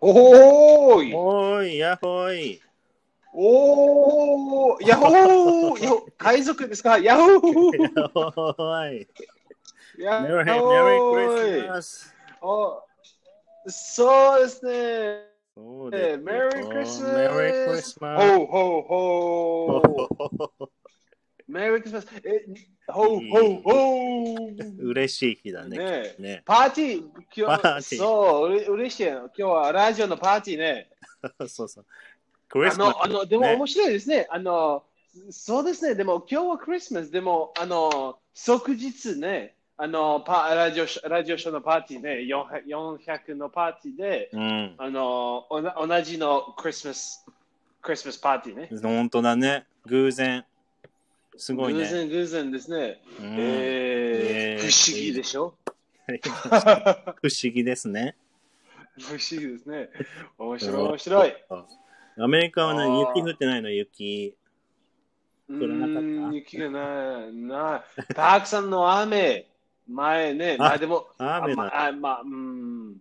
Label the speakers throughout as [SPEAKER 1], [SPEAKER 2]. [SPEAKER 1] おーい
[SPEAKER 2] おーい、やっほーい。
[SPEAKER 1] おーヤホーヤホー海賊ですかヤホ ー
[SPEAKER 2] やっほーい。
[SPEAKER 1] ヤ
[SPEAKER 2] メ
[SPEAKER 1] ホ
[SPEAKER 2] リーメリークリスマス。
[SPEAKER 1] おそうですね。
[SPEAKER 2] そうですよ
[SPEAKER 1] Merry Christmas
[SPEAKER 2] メリークリスマス。
[SPEAKER 1] ほうほうほう。Merry Christmas! え、ほうほうほう。
[SPEAKER 2] 嬉しい日だね。
[SPEAKER 1] ねえ
[SPEAKER 2] ね。
[SPEAKER 1] パーティー、今
[SPEAKER 2] パー
[SPEAKER 1] 日、
[SPEAKER 2] ティー
[SPEAKER 1] そう、うれ嬉しいよ。今日はラジオのパーティーね。
[SPEAKER 2] そうそう。クリ
[SPEAKER 1] あ
[SPEAKER 2] スマス。
[SPEAKER 1] の、あの、でも
[SPEAKER 2] ね
[SPEAKER 1] 面白いですね。あの、そうですね。でも今日はクリスマス。でも、あの、即日ね、あの、パラジオショー、ラジオショーのパーティーね、400のパーティーで、
[SPEAKER 2] うん。
[SPEAKER 1] あの、おな同じのクリスマス、クリスマスパーティーね。
[SPEAKER 2] 本当だね。偶然。すごい
[SPEAKER 1] 偶
[SPEAKER 2] ね。
[SPEAKER 1] 然、偶然ですね。
[SPEAKER 2] うん
[SPEAKER 1] えー
[SPEAKER 2] ねえ
[SPEAKER 1] 不思議でしょ
[SPEAKER 2] 不思議ですね。
[SPEAKER 1] 不思議ですね。面白い、面白い。
[SPEAKER 2] アメリカは
[SPEAKER 1] あ
[SPEAKER 2] ね、
[SPEAKER 1] ー
[SPEAKER 2] 雪降ってないの、雪。
[SPEAKER 1] う
[SPEAKER 2] 降らなかった
[SPEAKER 1] ーん、雪がない、ない。たくさんの雨、前ね、まあでも、
[SPEAKER 2] 雨
[SPEAKER 1] あま
[SPEAKER 2] だ。
[SPEAKER 1] あ、まあ、うーん。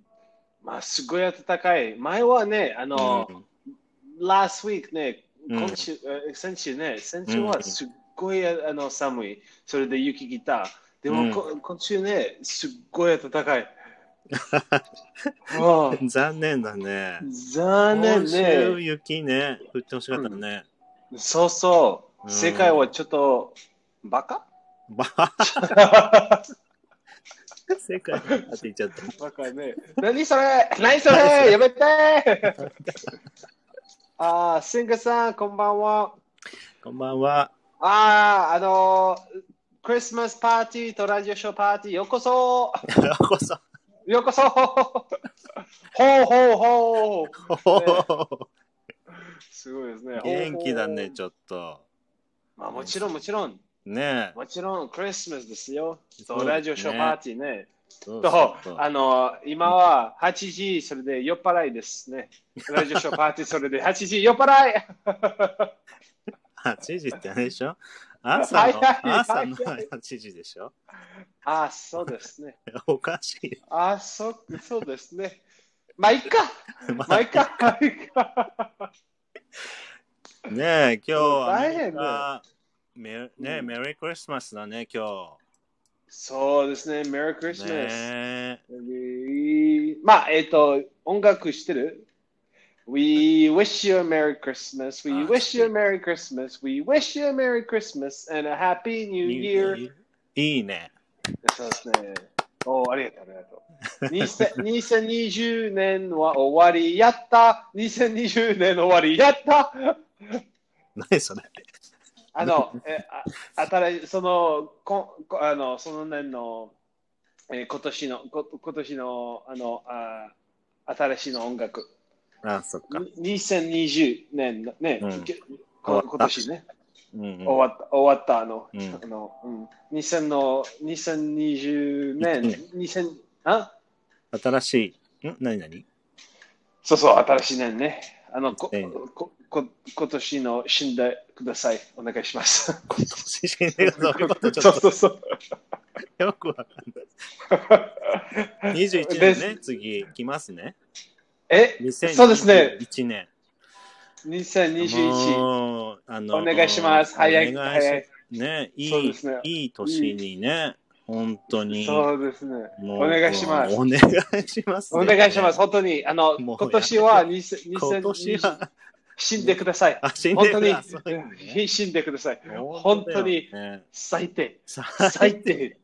[SPEAKER 1] まあ、すごい暖かい。前はね、あの、
[SPEAKER 2] うん
[SPEAKER 1] last week ね、
[SPEAKER 2] うん
[SPEAKER 1] 今週、え先週ね、先週はすっごいあの寒い。それで雪来た。でも、
[SPEAKER 2] うん
[SPEAKER 1] こ今週ね、すっごい暖か い。ああ
[SPEAKER 2] 残念だね。
[SPEAKER 1] 残念
[SPEAKER 2] 今週
[SPEAKER 1] ね。
[SPEAKER 2] 雪ね、降ってほしかったね。
[SPEAKER 1] そうそう。
[SPEAKER 2] うん
[SPEAKER 1] 世界はちょっと、バ カ
[SPEAKER 2] ば、世界って言っちゃった。
[SPEAKER 1] バカね。何それ何それ やめて ああ、シンガさん、こんばんは。
[SPEAKER 2] こんばんは。
[SPEAKER 1] ああ、あのークリスマスパーティーとラジオショーパーティー、ようこそ
[SPEAKER 2] ようこそ。
[SPEAKER 1] ようこそ ほうほうほうすごいですね。
[SPEAKER 2] 元気だね、ち
[SPEAKER 1] ょ
[SPEAKER 2] ょっと。
[SPEAKER 1] まあ、もちろん、もちろん。
[SPEAKER 2] ねえ。
[SPEAKER 1] もちろん、クリスマスですよ。
[SPEAKER 2] そうです
[SPEAKER 1] と
[SPEAKER 2] ね
[SPEAKER 1] ラジオショーパーティーね。
[SPEAKER 2] そう
[SPEAKER 1] と
[SPEAKER 2] そうそう、
[SPEAKER 1] あのー今は8時、それで酔っ払いですね。ラジオショーパーティー、それで8時、酔っ払い
[SPEAKER 2] 8時ってあれでしょ朝の、
[SPEAKER 1] 早い
[SPEAKER 2] 朝の8時でしょ
[SPEAKER 1] ああ、そうですね。
[SPEAKER 2] おかしい。
[SPEAKER 1] ああ、そう、そうですね。まあ、いっか。
[SPEAKER 2] ま
[SPEAKER 1] まあ、いっか。まあいっか。
[SPEAKER 2] あねえ、今日は
[SPEAKER 1] 大変だ
[SPEAKER 2] アメリカメねえ、
[SPEAKER 1] うん
[SPEAKER 2] メリークリスマスだね、今日。
[SPEAKER 1] そうですね、メリークリスマス。
[SPEAKER 2] ねえ
[SPEAKER 1] We- まあ、えっ、と、音楽してる ?We wish you a Merry Christmas, we
[SPEAKER 2] あ
[SPEAKER 1] wish you a Merry Christmas, we wish you a Merry Christmas and a Happy New Year.
[SPEAKER 2] いいね。
[SPEAKER 1] そうですね。おありがとう、ありが とう。にせ2020年は終わり、やった2020年の終わり、やった
[SPEAKER 2] 何それ
[SPEAKER 1] あの、 え、あ、新しい、その、こ、こあの、その年の。えー今年の、こ、今年の、あの、あー、新しいの音楽。
[SPEAKER 2] あ、そっか。
[SPEAKER 1] に2020年のね、
[SPEAKER 2] うん
[SPEAKER 1] けこ
[SPEAKER 2] 終わった
[SPEAKER 1] 今年ね、
[SPEAKER 2] うんうん
[SPEAKER 1] 終わった、終わった、あの、
[SPEAKER 2] うん
[SPEAKER 1] あの、うん、2000の、2020年、
[SPEAKER 2] 一
[SPEAKER 1] 2000、あ、
[SPEAKER 2] 新しい。ん 何何
[SPEAKER 1] そうそう、新しい年ね。あの、こ
[SPEAKER 2] ええ、
[SPEAKER 1] こ、こ、今年の死んでください。お願いします。
[SPEAKER 2] 今年死んでるそういう ことち
[SPEAKER 1] そ
[SPEAKER 2] ょ
[SPEAKER 1] う
[SPEAKER 2] っ
[SPEAKER 1] そうそう。
[SPEAKER 2] とよくわかん ない。21
[SPEAKER 1] で
[SPEAKER 2] 年ね、次来ますね。
[SPEAKER 1] え、そうですね。
[SPEAKER 2] 2021年。
[SPEAKER 1] 2021。
[SPEAKER 2] もうあの
[SPEAKER 1] お願いします。早い、
[SPEAKER 2] お願いし
[SPEAKER 1] 早い。
[SPEAKER 2] ね、い
[SPEAKER 1] そう
[SPEAKER 2] い、
[SPEAKER 1] ですね
[SPEAKER 2] いい年にね、本当に。
[SPEAKER 1] そうですね。
[SPEAKER 2] もう
[SPEAKER 1] お願いします
[SPEAKER 2] お願いします、
[SPEAKER 1] お願いします。
[SPEAKER 2] す。
[SPEAKER 1] 本当に、あの、
[SPEAKER 2] もう
[SPEAKER 1] 今年は
[SPEAKER 2] 今年
[SPEAKER 1] 2020
[SPEAKER 2] は、
[SPEAKER 1] 死んでください。
[SPEAKER 2] あ、死ん
[SPEAKER 1] 本
[SPEAKER 2] で
[SPEAKER 1] 当
[SPEAKER 2] く
[SPEAKER 1] に
[SPEAKER 2] ださいね。
[SPEAKER 1] 死んでください。本当に
[SPEAKER 2] だよね。
[SPEAKER 1] 最低。
[SPEAKER 2] 最
[SPEAKER 1] 最 低。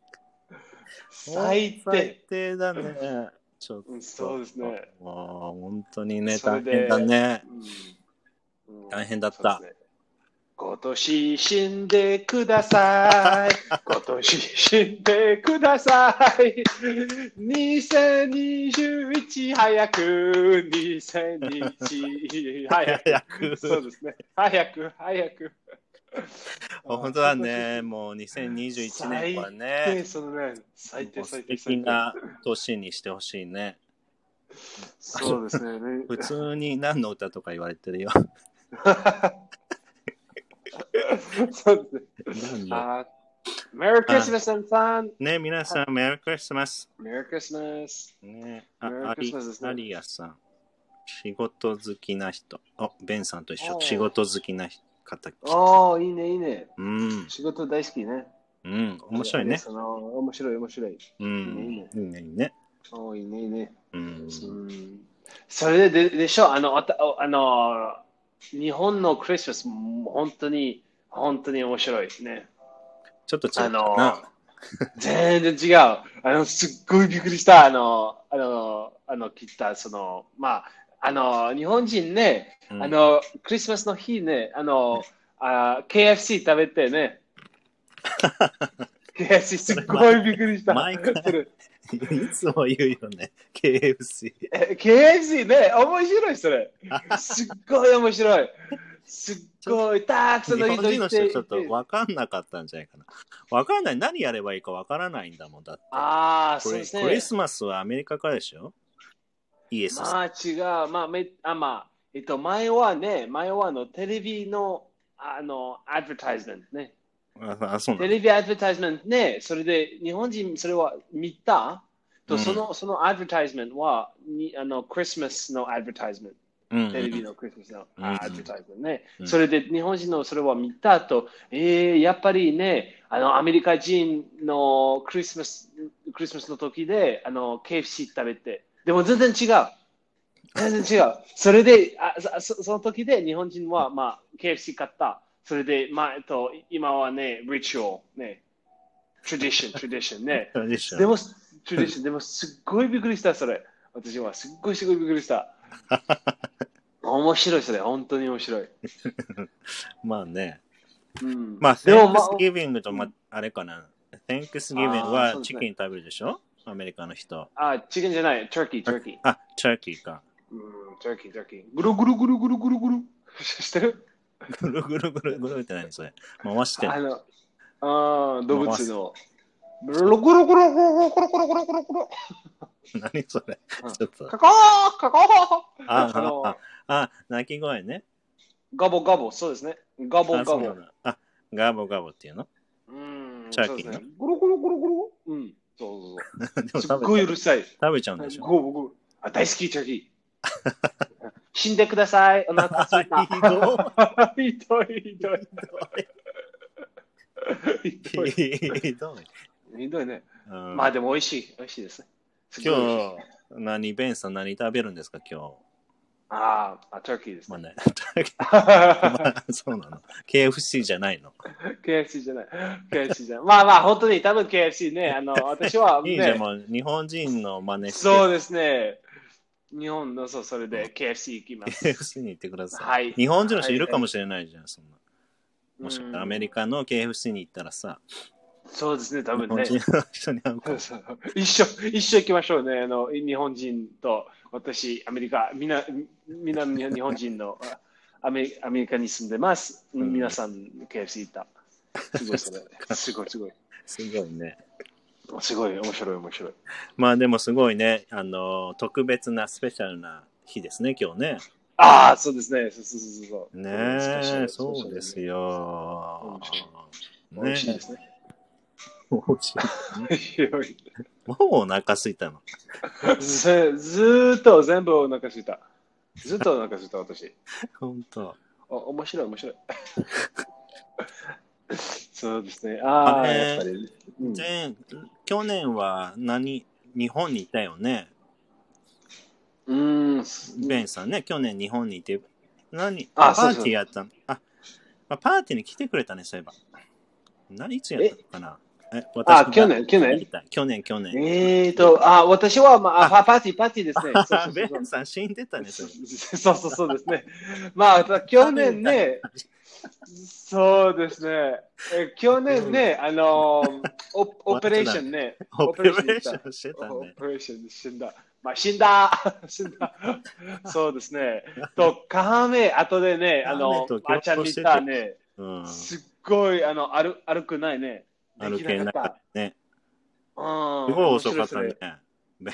[SPEAKER 1] 最
[SPEAKER 2] 最
[SPEAKER 1] 低。
[SPEAKER 2] 低だね。ちょ
[SPEAKER 1] う
[SPEAKER 2] っと。
[SPEAKER 1] んそうですね。
[SPEAKER 2] もう本当にね、
[SPEAKER 1] それで
[SPEAKER 2] 大変だね。
[SPEAKER 1] うん
[SPEAKER 2] 大変だった
[SPEAKER 1] そうですね今年死んでください。今年死んでください。2021早く、2021早く。
[SPEAKER 2] 早く。
[SPEAKER 1] そうですね。早く、早く。
[SPEAKER 2] 本当だね。もう2021年は
[SPEAKER 1] で、
[SPEAKER 2] ね、
[SPEAKER 1] そのね、最低
[SPEAKER 2] もう素
[SPEAKER 1] 最低
[SPEAKER 2] 敵
[SPEAKER 1] 最低。
[SPEAKER 2] な年にしてほしいね。
[SPEAKER 1] そうですね。
[SPEAKER 2] 普通に何の歌とか言われてるよ。
[SPEAKER 1] そうですね。
[SPEAKER 2] 何の
[SPEAKER 1] あー Merry Christmas, さん。
[SPEAKER 2] ね、皆さん、メリークリスマス。
[SPEAKER 1] Merry Christmas.
[SPEAKER 2] ね、あ
[SPEAKER 1] Merry
[SPEAKER 2] アリ
[SPEAKER 1] Christmas ですね
[SPEAKER 2] アリアさん。仕事好きな人。あ、ベンさんと一
[SPEAKER 1] お
[SPEAKER 2] 緒。
[SPEAKER 1] う
[SPEAKER 2] 仕事好きな方。
[SPEAKER 1] ああ、いいね、いいね。
[SPEAKER 2] うん。
[SPEAKER 1] 仕事大好きね。
[SPEAKER 2] うん。面白いね。
[SPEAKER 1] その面白い、面白い。
[SPEAKER 2] う
[SPEAKER 1] いい
[SPEAKER 2] ん
[SPEAKER 1] ね。
[SPEAKER 2] いいね、いいね。
[SPEAKER 1] おーいいね、いいね。
[SPEAKER 2] うん。
[SPEAKER 1] うんそれでででしょあのあたあの日本のクリスマスも本当に本当に面白いです ね。
[SPEAKER 2] ちょっと違う
[SPEAKER 1] あ
[SPEAKER 2] かな。
[SPEAKER 1] の全然違う。あのすっごいびっくりしたあのあのあの聞いたそのまああの日本人ね
[SPEAKER 2] うん
[SPEAKER 1] あのクリスマスの日ねあのあ KFC 食べてね。KFC すっごいびっくりした。
[SPEAKER 2] 前から
[SPEAKER 1] それ
[SPEAKER 2] いつも言うよね。KFC。
[SPEAKER 1] え KFC ね、面白いそれ。すっごい面白い。すっごいたくさん
[SPEAKER 2] 日
[SPEAKER 1] の
[SPEAKER 2] 本
[SPEAKER 1] 人
[SPEAKER 2] 人の
[SPEAKER 1] い
[SPEAKER 2] 人
[SPEAKER 1] て。
[SPEAKER 2] ちょっと分かんなかったんじゃないかな。分かんない。何やればいいか分からないんだもん。だって。
[SPEAKER 1] ああ、
[SPEAKER 2] こ
[SPEAKER 1] そう
[SPEAKER 2] れ
[SPEAKER 1] です
[SPEAKER 2] クリス
[SPEAKER 1] ね。
[SPEAKER 2] マスはアメリカからでしょイエス。
[SPEAKER 1] まあ違う。まあ、めあまあ、えっと、前はね、前はあのテレビのあのアドバタイズメントね。
[SPEAKER 2] ああ、そうな
[SPEAKER 1] テ
[SPEAKER 2] んだ。
[SPEAKER 1] レビアドバタイズメントね、それで日本人それは見たと、
[SPEAKER 2] うん
[SPEAKER 1] そのそのアドバタイズメントはにあのクリスマスのアドバタイズメント。
[SPEAKER 2] うんうん
[SPEAKER 1] テレビのクリスマスの
[SPEAKER 2] うん
[SPEAKER 1] あアドバタイズね、
[SPEAKER 2] うん
[SPEAKER 1] それで日本人のそれを見た後、えー、やっぱりね、あのアメリカ人のクリスマスクリスマスの時であの KFC 食べて、でも全然違う。全然違う。それで、あそそその時で日本人は、まあ、KFC 買った。それで、まあえっと、今はね、リチュアル、ね、トラディション、トラディションね。
[SPEAKER 2] そうでしょ
[SPEAKER 1] でも、トゥディション、でもすっごいびっくりした、それ。私は、すっごいすごいびっくり した。面白い、それ。本当に面白い。
[SPEAKER 2] まあね。
[SPEAKER 1] うん、
[SPEAKER 2] まあ、
[SPEAKER 1] でも、まあ、
[SPEAKER 2] Thanksgiving と、まあれかな。Thanksgiving
[SPEAKER 1] あーそ
[SPEAKER 2] は
[SPEAKER 1] うです
[SPEAKER 2] チ
[SPEAKER 1] ね
[SPEAKER 2] キン食べるでしょアメリカの人。
[SPEAKER 1] あ、チキンじゃない、トゥーキー、トゥーキー。
[SPEAKER 2] あ、チャーキーか。
[SPEAKER 1] うん、トゥーキー、トゥーキー。ぐるぐるぐるぐるぐるぐる。知ってる
[SPEAKER 2] ぐるぐるぐるぐるって何それ回してん
[SPEAKER 1] あ
[SPEAKER 2] の
[SPEAKER 1] の、あー動物の。ぐるぐるぐるぐるぐるぐるぐるぐるぐる。
[SPEAKER 2] 何それ
[SPEAKER 1] うん
[SPEAKER 2] ちょっと。
[SPEAKER 1] カカーカカー
[SPEAKER 2] あ
[SPEAKER 1] あの
[SPEAKER 2] あ、あ、あ、鳴き声ね。
[SPEAKER 1] ガボガボ、そうですね。ガボ
[SPEAKER 2] あ、
[SPEAKER 1] ガ
[SPEAKER 2] そうな
[SPEAKER 1] ボ
[SPEAKER 2] ん。だあ、ガボガボっていうの
[SPEAKER 1] うん、
[SPEAKER 2] チャーキー
[SPEAKER 1] そう
[SPEAKER 2] な
[SPEAKER 1] ですね。ぐるぐるぐるぐる。うん、そうそうそう。
[SPEAKER 2] でも
[SPEAKER 1] すっごいうるさい。
[SPEAKER 2] 食べちゃうんでしょ
[SPEAKER 1] ごうごうあ大好き、チャーキー。死んでください。お腹すいた。
[SPEAKER 2] ひど
[SPEAKER 1] ひどい、ひどい。ひどい。
[SPEAKER 2] い。ひどい。
[SPEAKER 1] ひどいね。
[SPEAKER 2] うん
[SPEAKER 1] まあでも美味しい。美味しいですね。すごい
[SPEAKER 2] 今
[SPEAKER 1] 美味しい
[SPEAKER 2] 日、何、ベンさん何食べるんですか今日。
[SPEAKER 1] あーあ、チャーキーです
[SPEAKER 2] まあ
[SPEAKER 1] ね。
[SPEAKER 2] ね、まあそうなの。KFC じゃないの。
[SPEAKER 1] KFC じゃない。KFC じゃない。まあまあ、本当に多分 KFC ね。あの、私は、
[SPEAKER 2] いいじゃん
[SPEAKER 1] ね、
[SPEAKER 2] もう日本人の真似して
[SPEAKER 1] そうですね。日本の、そう、それで KFC 行きます。
[SPEAKER 2] KFC に行ってください。
[SPEAKER 1] はい
[SPEAKER 2] 日本人の人いるかもしれないじゃん、そんな。もしかした
[SPEAKER 1] うん
[SPEAKER 2] らアメリカの KFC に行ったらさ、
[SPEAKER 1] そうですね、多分
[SPEAKER 2] 日本
[SPEAKER 1] ね。
[SPEAKER 2] 人の人に会うかもし
[SPEAKER 1] そう一緒、一緒行きましょうね。あの、日本人と、私、アメリカ、みな、みな日本人のあアメアメリカに住んでます。
[SPEAKER 2] うん
[SPEAKER 1] 皆さん、KFC いた。すごい、それ。すごい、すごい。
[SPEAKER 2] れない。すごいね。
[SPEAKER 1] すごい、面白い、面白い。
[SPEAKER 2] まあでもすごいね、あの、特別なスペシャルな日ですね、今日ね。
[SPEAKER 1] ああ、そうですね。そうそうそうそう。
[SPEAKER 2] ねえ、そうです
[SPEAKER 1] よ。
[SPEAKER 2] よ。
[SPEAKER 1] 美味しい
[SPEAKER 2] ね
[SPEAKER 1] ですね。
[SPEAKER 2] 美味しい
[SPEAKER 1] 広い
[SPEAKER 2] もうお腹すいたの。
[SPEAKER 1] ずずーっと全部お腹すいた。ずっとお腹すいた、私。
[SPEAKER 2] 本当。
[SPEAKER 1] お面白い、面 白い。そうですね。あ
[SPEAKER 2] あ
[SPEAKER 1] あ、
[SPEAKER 2] れ
[SPEAKER 1] やっぱり。うん
[SPEAKER 2] 前、去年は何、日本にいたよね。
[SPEAKER 1] うーん。
[SPEAKER 2] ベンさんね、去年日本にいて、何、
[SPEAKER 1] あ
[SPEAKER 2] パ
[SPEAKER 1] そう
[SPEAKER 2] ー
[SPEAKER 1] そう
[SPEAKER 2] ティーやったのあ、あパーティーに来てくれたね、そういえば。何、いつやったのかなえ、
[SPEAKER 1] あ、
[SPEAKER 2] が
[SPEAKER 1] 去年、去
[SPEAKER 2] い
[SPEAKER 1] 年。
[SPEAKER 2] た去年、去年。
[SPEAKER 1] えーと、あ、私は、まあ、パパーティー、パーティーですね。 そう
[SPEAKER 2] あベン
[SPEAKER 1] そ
[SPEAKER 2] さん死んでたね、そ
[SPEAKER 1] う
[SPEAKER 2] れ。
[SPEAKER 1] そうそうそうそうですね。まあ、た去年ね、そうですね。え去年ね、あ のー、オオペレーションね、
[SPEAKER 2] オペレーションしてた
[SPEAKER 1] オ
[SPEAKER 2] ね。
[SPEAKER 1] ペレーション死んだ。まあ、死んだ死んだそうですね。と、カメ、後でね、あの
[SPEAKER 2] カメと、
[SPEAKER 1] あちゃん見たね、
[SPEAKER 2] うん。
[SPEAKER 1] すっごい、あの、歩歩くないね。
[SPEAKER 2] 歩けなかったね。
[SPEAKER 1] うん
[SPEAKER 2] すごい遅かった
[SPEAKER 1] 面白い
[SPEAKER 2] ね
[SPEAKER 1] それ。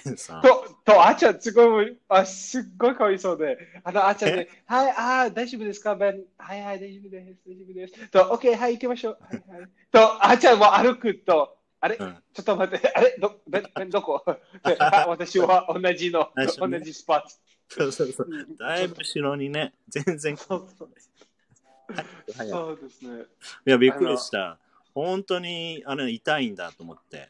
[SPEAKER 2] ベンさん。
[SPEAKER 1] と、と、あちゃん、すごい、あ、すっごいかわいそうで、あの、あちゃんね、はい、あー、大丈夫ですか、ベン。はい、はい、大丈夫です、大丈夫です。と、オッケー、はい、行きましょう。はい、はい。と、あちゃんも歩くと、あれ、
[SPEAKER 2] うん
[SPEAKER 1] ちょっと 待って、あれ、ど、ベン、ベン、どこであ私は同じの
[SPEAKER 2] 最、初
[SPEAKER 1] 同
[SPEAKER 2] ね
[SPEAKER 1] じスパッツ。
[SPEAKER 2] そうそうそう。だいぶ後ろにね、全然。
[SPEAKER 1] そうそう
[SPEAKER 2] 早い
[SPEAKER 1] そうですね。
[SPEAKER 2] いや、びっくりした。本当に、あれ、痛いんだと思って。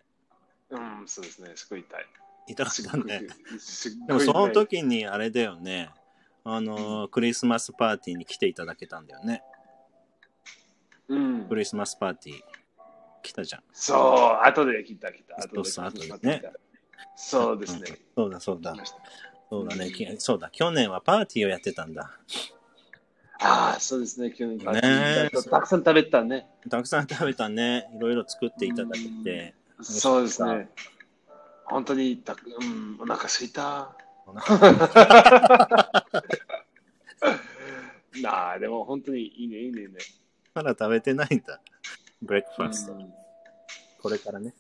[SPEAKER 1] うん、そうですね。すごい痛い。
[SPEAKER 2] 痛かったね。
[SPEAKER 1] すっ
[SPEAKER 2] で
[SPEAKER 1] ご
[SPEAKER 2] も
[SPEAKER 1] い痛い
[SPEAKER 2] その時にあれだよね。あの、クリスマスパーティーに来ていただけたんだよね。
[SPEAKER 1] うん
[SPEAKER 2] ク、リスマスパーティー来たじゃん。
[SPEAKER 1] そう、後で聞いた、聞いた。
[SPEAKER 2] そうそう
[SPEAKER 1] 後で聞いた
[SPEAKER 2] 後でね。
[SPEAKER 1] そうですね。
[SPEAKER 2] そうだそうだ
[SPEAKER 1] 来。ました
[SPEAKER 2] そうだね。きそうだ。去年はパーティーをやってたんだ。
[SPEAKER 1] ああ、そうですね。去年
[SPEAKER 2] ねえ
[SPEAKER 1] たくさん食べたね。
[SPEAKER 2] たくさん食べたね。いろいろ作っていただけて。
[SPEAKER 1] そうですね。本当にたく、うん、お腹空いた。
[SPEAKER 2] お腹
[SPEAKER 1] なあ、でも本当にいいね、いいね、いいね。
[SPEAKER 2] まだ食べてないんだ。ブレックフ
[SPEAKER 1] う
[SPEAKER 2] ァースト。
[SPEAKER 1] ん
[SPEAKER 2] これからね。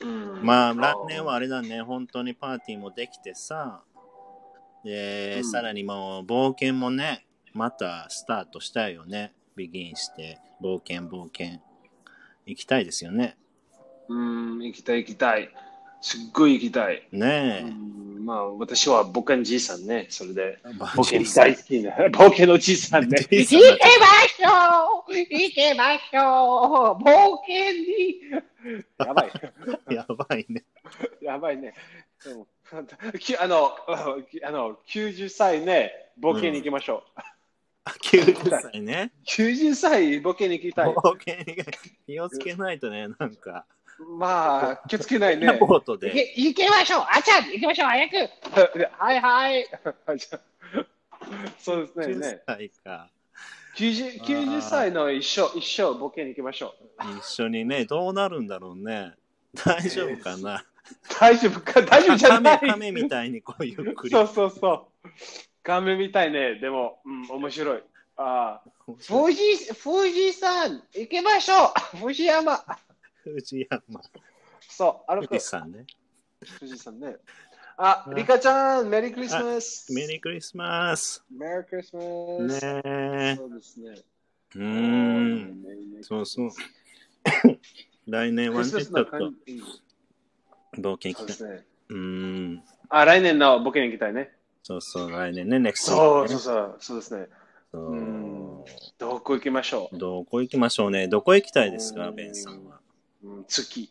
[SPEAKER 1] うん
[SPEAKER 2] まあ、来年はあれだね。本当にパーティーもできてさ。で、
[SPEAKER 1] うん
[SPEAKER 2] さらにもう冒険もね、またスタートしたいよね。ビギンして、冒険、冒険。行きたいですよね。
[SPEAKER 1] うん、行きたい、行きたい。すっごい行きたい。
[SPEAKER 2] ね
[SPEAKER 1] う
[SPEAKER 2] え。
[SPEAKER 1] んまあ、私は僕のじいさんね、それで。
[SPEAKER 2] 冒
[SPEAKER 1] 冒険大好きな、 冒険のじいさんね。
[SPEAKER 2] じい
[SPEAKER 1] 行け
[SPEAKER 2] さん
[SPEAKER 1] ま
[SPEAKER 2] だった
[SPEAKER 1] しょう行けましょう冒険にやばい、
[SPEAKER 2] やばいね。
[SPEAKER 1] やばいね。でも きあの、あの、90歳ね、冒険に行きましょう。
[SPEAKER 2] あ90歳ね。
[SPEAKER 1] 90歳、冒険に行きたい。
[SPEAKER 2] 冒険に気をつけないとね、なんか、
[SPEAKER 1] まあ、気をつけないね。
[SPEAKER 2] ボート
[SPEAKER 3] 行
[SPEAKER 2] で。
[SPEAKER 3] け行きましょうあちゃん行きましょう早く
[SPEAKER 1] はいはい。 そうですね。
[SPEAKER 2] 90
[SPEAKER 1] ね
[SPEAKER 2] 歳か。
[SPEAKER 1] 90, 90歳の一生、一生、冒険に行きましょう。
[SPEAKER 2] 一緒にね、どうなるんだろうね。大丈夫かな。
[SPEAKER 1] 大丈夫 か大丈夫じゃな
[SPEAKER 2] 亀
[SPEAKER 1] い
[SPEAKER 2] 亀みたいにこうゆっくり
[SPEAKER 1] そ。うそうそう。画面みたいね。でも、うん、面白い。ああ。
[SPEAKER 3] 富士富士山行きましょ う富士山
[SPEAKER 2] 藤山
[SPEAKER 1] そう、歩く
[SPEAKER 2] 富士。山ね。
[SPEAKER 1] 富士山ね。あ、リカちゃん、メリークリスマス。
[SPEAKER 2] メリークリスマス。
[SPEAKER 1] メリークリスマ
[SPEAKER 2] ね
[SPEAKER 1] ス。
[SPEAKER 2] え。
[SPEAKER 1] そうですね。う
[SPEAKER 2] うーん。。そうそう。来年
[SPEAKER 1] ク
[SPEAKER 2] は
[SPEAKER 1] リ
[SPEAKER 2] ね、
[SPEAKER 1] ス
[SPEAKER 2] ちょ
[SPEAKER 1] マ
[SPEAKER 2] っ
[SPEAKER 1] ス
[SPEAKER 2] と
[SPEAKER 1] の感じ。
[SPEAKER 2] 冒険
[SPEAKER 1] そう
[SPEAKER 2] 行
[SPEAKER 1] で
[SPEAKER 2] きたい。
[SPEAKER 1] すね。
[SPEAKER 2] うーん。
[SPEAKER 1] あ、来年の僕に行きたいね。
[SPEAKER 2] そうそう、来年ね、ネクス
[SPEAKER 1] そうそう
[SPEAKER 2] ト。
[SPEAKER 1] そう。そうですね。
[SPEAKER 2] そう
[SPEAKER 1] うんどこ行きましょ
[SPEAKER 2] どこ行きましょうね。どこ行きたいですか、
[SPEAKER 1] うん
[SPEAKER 2] ベンさんは。
[SPEAKER 1] う。うん、月。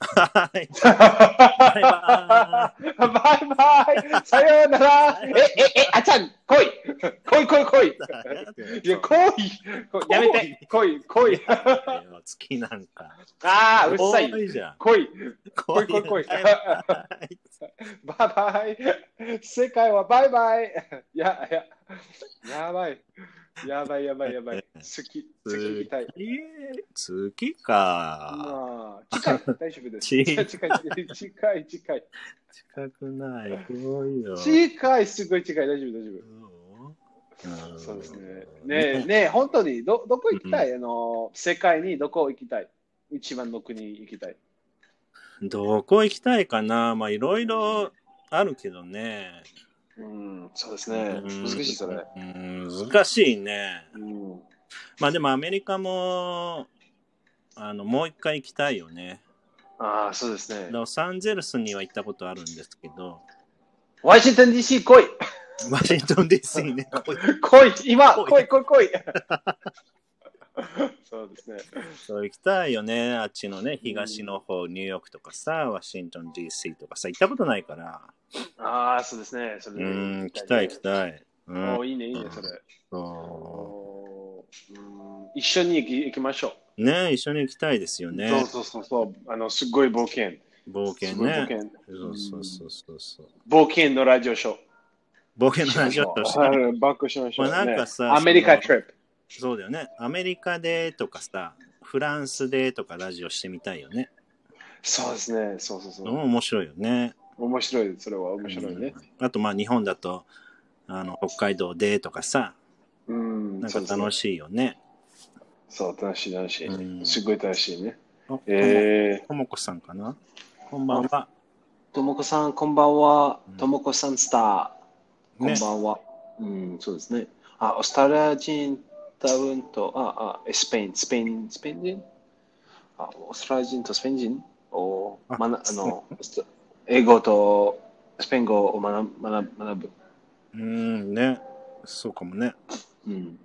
[SPEAKER 2] はい。
[SPEAKER 1] バ
[SPEAKER 2] イバ
[SPEAKER 1] イバイさようならえ、え、え、あちゃん、来い来い来い来いいや、来い来いやめて来い来い
[SPEAKER 2] 月なんか。
[SPEAKER 1] ああ、うっさい
[SPEAKER 2] 多じゃん。
[SPEAKER 1] 来い
[SPEAKER 2] こ
[SPEAKER 1] 来い来い
[SPEAKER 2] はい
[SPEAKER 1] バイバイ 世界はバイバイ いや、いや、やばい。やばいやばいや ばい。好き、好き行きたい。
[SPEAKER 2] 月月か。
[SPEAKER 1] まあ、 近い、大丈夫です。
[SPEAKER 2] 近い
[SPEAKER 1] 近い、 近い、近い、近い。
[SPEAKER 2] 近くない。遠いよ。
[SPEAKER 1] 近い、すごい近い、大丈夫、大丈夫。
[SPEAKER 2] うん
[SPEAKER 1] そうですね。ねえ、ねえ、本当にど、どこ行きたい、あの、世界にどこ行きたい一番の国行きたい。
[SPEAKER 2] どこ行きたいかなまあいろいろあるけどね。
[SPEAKER 1] うん、そうです
[SPEAKER 2] うん
[SPEAKER 1] 難しい、それ。
[SPEAKER 2] うん難しいね。
[SPEAKER 1] うん。
[SPEAKER 2] まあでもアメリカも、あの、もう一回行きたいよね。
[SPEAKER 1] ああ、そうですね。
[SPEAKER 2] ロサンゼルスには行ったことあるんですけど、
[SPEAKER 1] ワシントン DC 来い
[SPEAKER 2] ワシントン DC ね、こういう
[SPEAKER 1] 来い今
[SPEAKER 2] 来
[SPEAKER 1] 来
[SPEAKER 2] い
[SPEAKER 1] い来い来い そうですね。
[SPEAKER 2] そう行きたいよね、あっちのね、東の方、ニューヨークとかさ、ワシントン DC とかさ、行ったことないから、
[SPEAKER 1] ああ、そうですね。そうれで
[SPEAKER 2] ーん、行きたい行きたい。う
[SPEAKER 1] お
[SPEAKER 2] ん
[SPEAKER 1] ーいいね、いいね、それ。
[SPEAKER 2] そ
[SPEAKER 1] おーうん一緒に行き行きましょ
[SPEAKER 2] うね一緒に行きたいですよ
[SPEAKER 1] う。
[SPEAKER 2] ね、
[SPEAKER 1] そうそうそうそう。あの、すっごい冒険。
[SPEAKER 2] 冒険
[SPEAKER 1] すごい
[SPEAKER 2] ね。
[SPEAKER 1] 険。
[SPEAKER 2] そうそうそうそうそう。
[SPEAKER 1] 冒険のラジオショー。
[SPEAKER 2] 冒険の話をして
[SPEAKER 1] あのバックしましょう、ね。
[SPEAKER 2] まあなんかさ
[SPEAKER 1] アメリカトリップ。
[SPEAKER 2] そうだよね、 アメリカでとかさ、フランスでとかラジオしてみたいよね。
[SPEAKER 1] そうですね。そうそうそう
[SPEAKER 2] うん。面白いよね。
[SPEAKER 1] 面白い。それは面白いね。
[SPEAKER 2] うんあとまあ日本だとあの北海道でとかさ
[SPEAKER 1] うん。
[SPEAKER 2] なんか楽
[SPEAKER 1] い。
[SPEAKER 2] しいよね。
[SPEAKER 1] そう、楽しい、楽し
[SPEAKER 2] うん
[SPEAKER 1] い。すっごい楽しいね。
[SPEAKER 2] あ
[SPEAKER 1] え
[SPEAKER 2] ともこさんかなこんばんは。
[SPEAKER 1] ー、ともこさん、こんばんは
[SPEAKER 2] うん。
[SPEAKER 1] ともこさん、スター。こ
[SPEAKER 2] ね
[SPEAKER 1] んばんは。うん、そうですね。あ、オーストラリア人、ダウンと、あ、あ、えスペイン、スペイン、スペイン人あ、オーストラリア人とスペイン人お
[SPEAKER 2] あ
[SPEAKER 1] まなあの、オースト英語とスペイン語を学ぶ学ぶ学ぶ。
[SPEAKER 2] うーん、ね。そうかもね。
[SPEAKER 1] うん。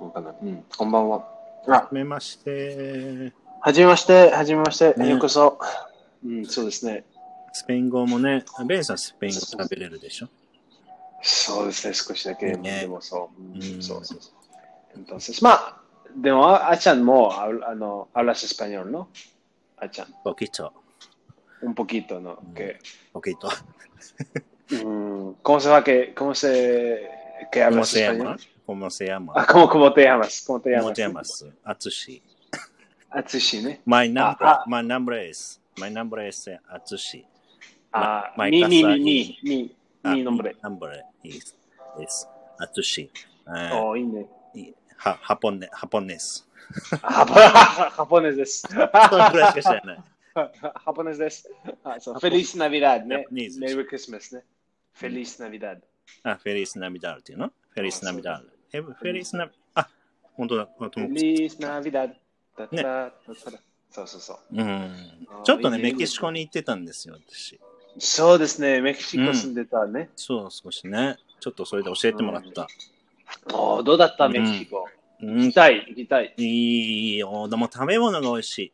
[SPEAKER 1] わかんない。うん。こんばんは。あ
[SPEAKER 2] は、めまして。
[SPEAKER 1] はじめまして、はじめまして、
[SPEAKER 2] ね
[SPEAKER 1] ようこそ。うん、そうですね。
[SPEAKER 2] スペイン語もね、ベンさんスペイン語食べれるでしょ
[SPEAKER 1] そうですね、少しだけ。
[SPEAKER 2] ね
[SPEAKER 1] でもそう。うん
[SPEAKER 2] うん
[SPEAKER 1] そうそうそう。Entonces, まあ、でも、あちゃんも、ああの、hablas ah, español, ¿no? あちゃん、
[SPEAKER 2] ポキッと。
[SPEAKER 1] un poquito, ¿no?
[SPEAKER 2] うん
[SPEAKER 1] Que,
[SPEAKER 2] ポキッと。
[SPEAKER 1] mm, ¿Cómo se va? Que, ¿Cómo se... que
[SPEAKER 2] コモ
[SPEAKER 1] hablas
[SPEAKER 2] セヤマ
[SPEAKER 1] español?
[SPEAKER 2] コモセヤマ
[SPEAKER 1] Ah, ¿cómo, ¿Cómo te llamas? ¿Cómo te llamas?
[SPEAKER 2] コモセヤマス。アツシ。
[SPEAKER 1] Atsushi, ¿no?
[SPEAKER 2] My
[SPEAKER 1] あ
[SPEAKER 2] number, my number is, my number is アツシ。
[SPEAKER 1] Ah,
[SPEAKER 2] Ma-
[SPEAKER 1] mi, mi, mi,
[SPEAKER 2] Maikasa
[SPEAKER 1] mi, mi, mi nombre.
[SPEAKER 2] number is, is アツシ。えー
[SPEAKER 1] Oh, ine.
[SPEAKER 2] はハポネ、ハポネス。
[SPEAKER 1] Ah, japonés des.
[SPEAKER 2] それぐらいしか知らない。
[SPEAKER 1] japonés des. Ah, so, Feliz Navidad, ¿no?
[SPEAKER 2] Japanese.
[SPEAKER 1] Merry Christmas, ¿no? Feliz Navidad.
[SPEAKER 2] あ、フェリスナビダルっていうのフェリスナビダル。え、フェリスナビ、あ、本当だ。あともう
[SPEAKER 1] Feliz Navidad. たたたたたそうそうそう。
[SPEAKER 2] うん
[SPEAKER 1] あー
[SPEAKER 2] ちょっとね、
[SPEAKER 1] いいね
[SPEAKER 2] メキシコに行ってたんですよ、私。
[SPEAKER 1] そうですね、メキシコ住んでたね。
[SPEAKER 2] そう、少しね。ちょっとそれで教えてもらった。
[SPEAKER 1] おーどうだった
[SPEAKER 2] うん
[SPEAKER 1] メキシコ。
[SPEAKER 2] うん、
[SPEAKER 1] 行
[SPEAKER 2] い
[SPEAKER 1] きたい、行きたい。
[SPEAKER 2] いよ。でも食べ物が美味しい。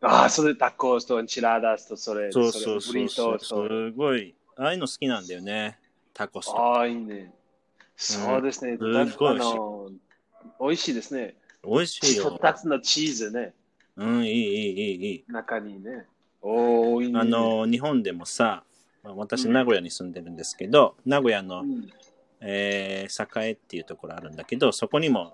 [SPEAKER 1] ああ、それタコスとエンチラーダスとそれ、
[SPEAKER 2] そうそうそ
[SPEAKER 1] れブ
[SPEAKER 2] う
[SPEAKER 1] リ
[SPEAKER 2] そ
[SPEAKER 1] ト
[SPEAKER 2] う。
[SPEAKER 1] ーと。
[SPEAKER 2] すごい。ああいうの好きなんだよね。タコスとか。
[SPEAKER 1] ああ、いいね。そうですね、
[SPEAKER 2] うんすごい美味
[SPEAKER 1] あ
[SPEAKER 2] しい
[SPEAKER 1] の美味しいですね。
[SPEAKER 2] 美味しいよ。
[SPEAKER 1] 2つのチーズね、
[SPEAKER 2] うん、いい、いい、いい、いい。
[SPEAKER 1] 中にね。おお、いいね。
[SPEAKER 2] あの、日本でもさ、まあ私、
[SPEAKER 1] うん
[SPEAKER 2] 名古屋に住んでるんですけど、名古屋の、
[SPEAKER 1] うん
[SPEAKER 2] えー、栄っていうところあるんだけど、そこにも、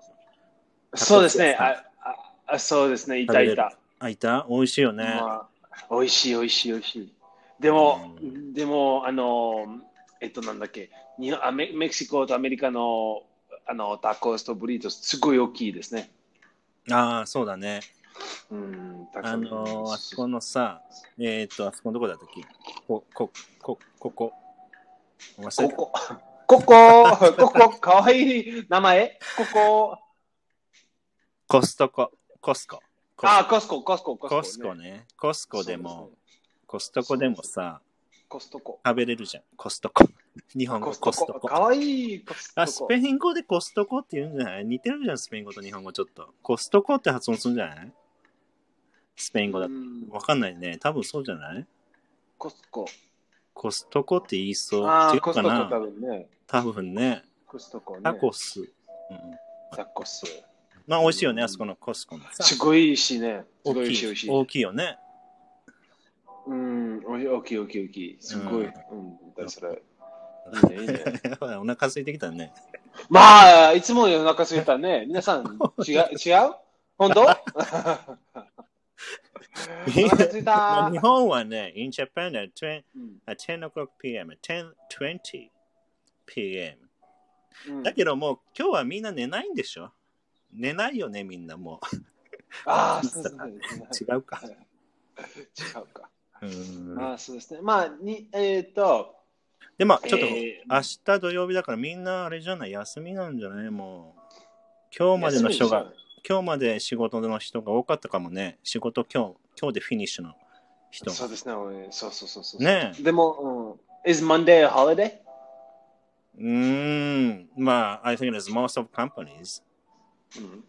[SPEAKER 1] そうですね、
[SPEAKER 2] タコス屋さん
[SPEAKER 1] あああそうですね、いたいた。
[SPEAKER 2] あ、いた美味しいよね。
[SPEAKER 1] まあ、美味しい美味しい美味しい。でも、
[SPEAKER 2] う
[SPEAKER 1] でも、あの、えっと、なんだっけ、にあメメキシコとアメリカのあのタコスとブリトス、すごい大きいですね。
[SPEAKER 2] ああ、そうだね。
[SPEAKER 1] うん、たくさ
[SPEAKER 2] あ
[SPEAKER 1] ん
[SPEAKER 2] のーあそこのさ、えっ、と、あそこのどこだったっけこ、こ、こ、ここ。忘れ
[SPEAKER 1] こ
[SPEAKER 2] た
[SPEAKER 1] こ、こ こ、ここ、かわいい名前、ここ、
[SPEAKER 2] コストコ、コスコ。コ
[SPEAKER 1] あ、コスコ、コスコ、コ
[SPEAKER 2] コスコね。コスコで
[SPEAKER 1] そう
[SPEAKER 2] も
[SPEAKER 1] です、
[SPEAKER 2] コストコでもさ、
[SPEAKER 1] コストコ。
[SPEAKER 2] 食べれるじゃん。コストコ。 日本語
[SPEAKER 1] コス
[SPEAKER 2] コ
[SPEAKER 1] ト
[SPEAKER 2] スト
[SPEAKER 1] コ、
[SPEAKER 2] コ。
[SPEAKER 1] かわいいコスト
[SPEAKER 2] あ、ス
[SPEAKER 1] コ
[SPEAKER 2] ペ。イン語でコストコって言うんじゃない似てるじゃん、スペイン語と日本語ちょっと。コストコって発音するんじゃないスペイン語だ
[SPEAKER 1] う
[SPEAKER 2] と。
[SPEAKER 1] ん
[SPEAKER 2] わかんないね。多分そうじゃない
[SPEAKER 1] コストコ。
[SPEAKER 2] コストコって言いそう。
[SPEAKER 1] あー、
[SPEAKER 2] 違う
[SPEAKER 1] コスト
[SPEAKER 2] か
[SPEAKER 1] コ多
[SPEAKER 2] な
[SPEAKER 1] 分ね。
[SPEAKER 2] 多分ね。
[SPEAKER 1] コストコね。
[SPEAKER 2] タコス。うん、
[SPEAKER 1] タコス。
[SPEAKER 2] まあ、美味しいよね、あそこのコスコのさ。
[SPEAKER 1] すごいしいね。す
[SPEAKER 2] 大
[SPEAKER 1] ごい美味しい美味
[SPEAKER 2] き
[SPEAKER 1] し
[SPEAKER 2] い。
[SPEAKER 1] い。
[SPEAKER 2] 大きいよね。
[SPEAKER 1] うん、おい大きい大きい大きい。すごい。
[SPEAKER 2] う
[SPEAKER 1] うんん、だそれ。いいねいいね
[SPEAKER 2] お腹空いてきたね。
[SPEAKER 1] まあ、いつもよりお腹空いたね。皆さん、違う、 違う本当お腹空い
[SPEAKER 2] まあ
[SPEAKER 1] た
[SPEAKER 2] 日。本はね、in Japan at 10
[SPEAKER 1] うん
[SPEAKER 2] あ10 o'clock p.m. 10 20 p.m.
[SPEAKER 1] うん
[SPEAKER 2] だけどもう今日はみんな寝ないんでしょ寝ないよね、みんなも
[SPEAKER 1] ああ、そうですね。
[SPEAKER 2] う。違うか。
[SPEAKER 1] 違うか。
[SPEAKER 2] うん
[SPEAKER 1] ああ、そうですね。まあ、にえっと、
[SPEAKER 2] でもちょっと
[SPEAKER 1] えー
[SPEAKER 2] 明日土曜日だからみんなあれじゃない、休みなんじゃないもう。今日までの人が、今日まで仕事の人が多かったかもね。仕事今日、今日でフィニッシュの人が
[SPEAKER 1] そうですね。俺そうそうそうそう。
[SPEAKER 2] ね
[SPEAKER 1] でも、うん、Is Monday a holiday?
[SPEAKER 2] うーん。まあ、I think it's most of companies
[SPEAKER 1] うん。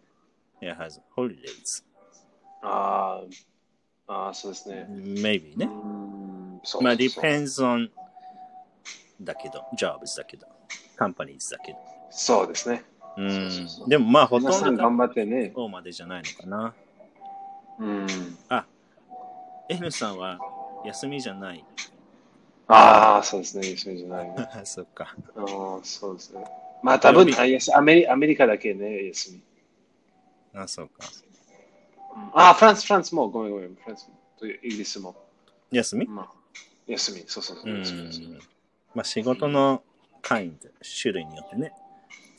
[SPEAKER 2] it has holidays.
[SPEAKER 1] ああ、ああ、そうですね。
[SPEAKER 2] Maybe ね。
[SPEAKER 1] うんそうそうそう
[SPEAKER 2] まあ、depends on だけど、jobs だけど、companies だけど。
[SPEAKER 1] そうですね。
[SPEAKER 2] う
[SPEAKER 1] そうそうそ
[SPEAKER 2] ん。
[SPEAKER 1] う
[SPEAKER 2] でもまあ、ほとん
[SPEAKER 1] 皆さん
[SPEAKER 2] ど
[SPEAKER 1] 頑張ってね。
[SPEAKER 2] そうまでじゃないのかな。
[SPEAKER 1] うん。
[SPEAKER 2] N さんは休みじゃない。
[SPEAKER 1] ああ、そうですね。 それじゃないね。
[SPEAKER 2] そっか。
[SPEAKER 1] ああ、そうですね。まあ多分
[SPEAKER 2] 曜日
[SPEAKER 1] あいやアメリ、アメリカだけね、休み。
[SPEAKER 2] あ、そうか。
[SPEAKER 1] ああ、フランス、フランスも、ごめんごめん、フランスも、イギリスも。
[SPEAKER 2] 休み
[SPEAKER 1] まあ、休み、そうそうそうう。
[SPEAKER 2] ん
[SPEAKER 1] 休み休み。
[SPEAKER 2] まあ、仕事の kind、種類によってね、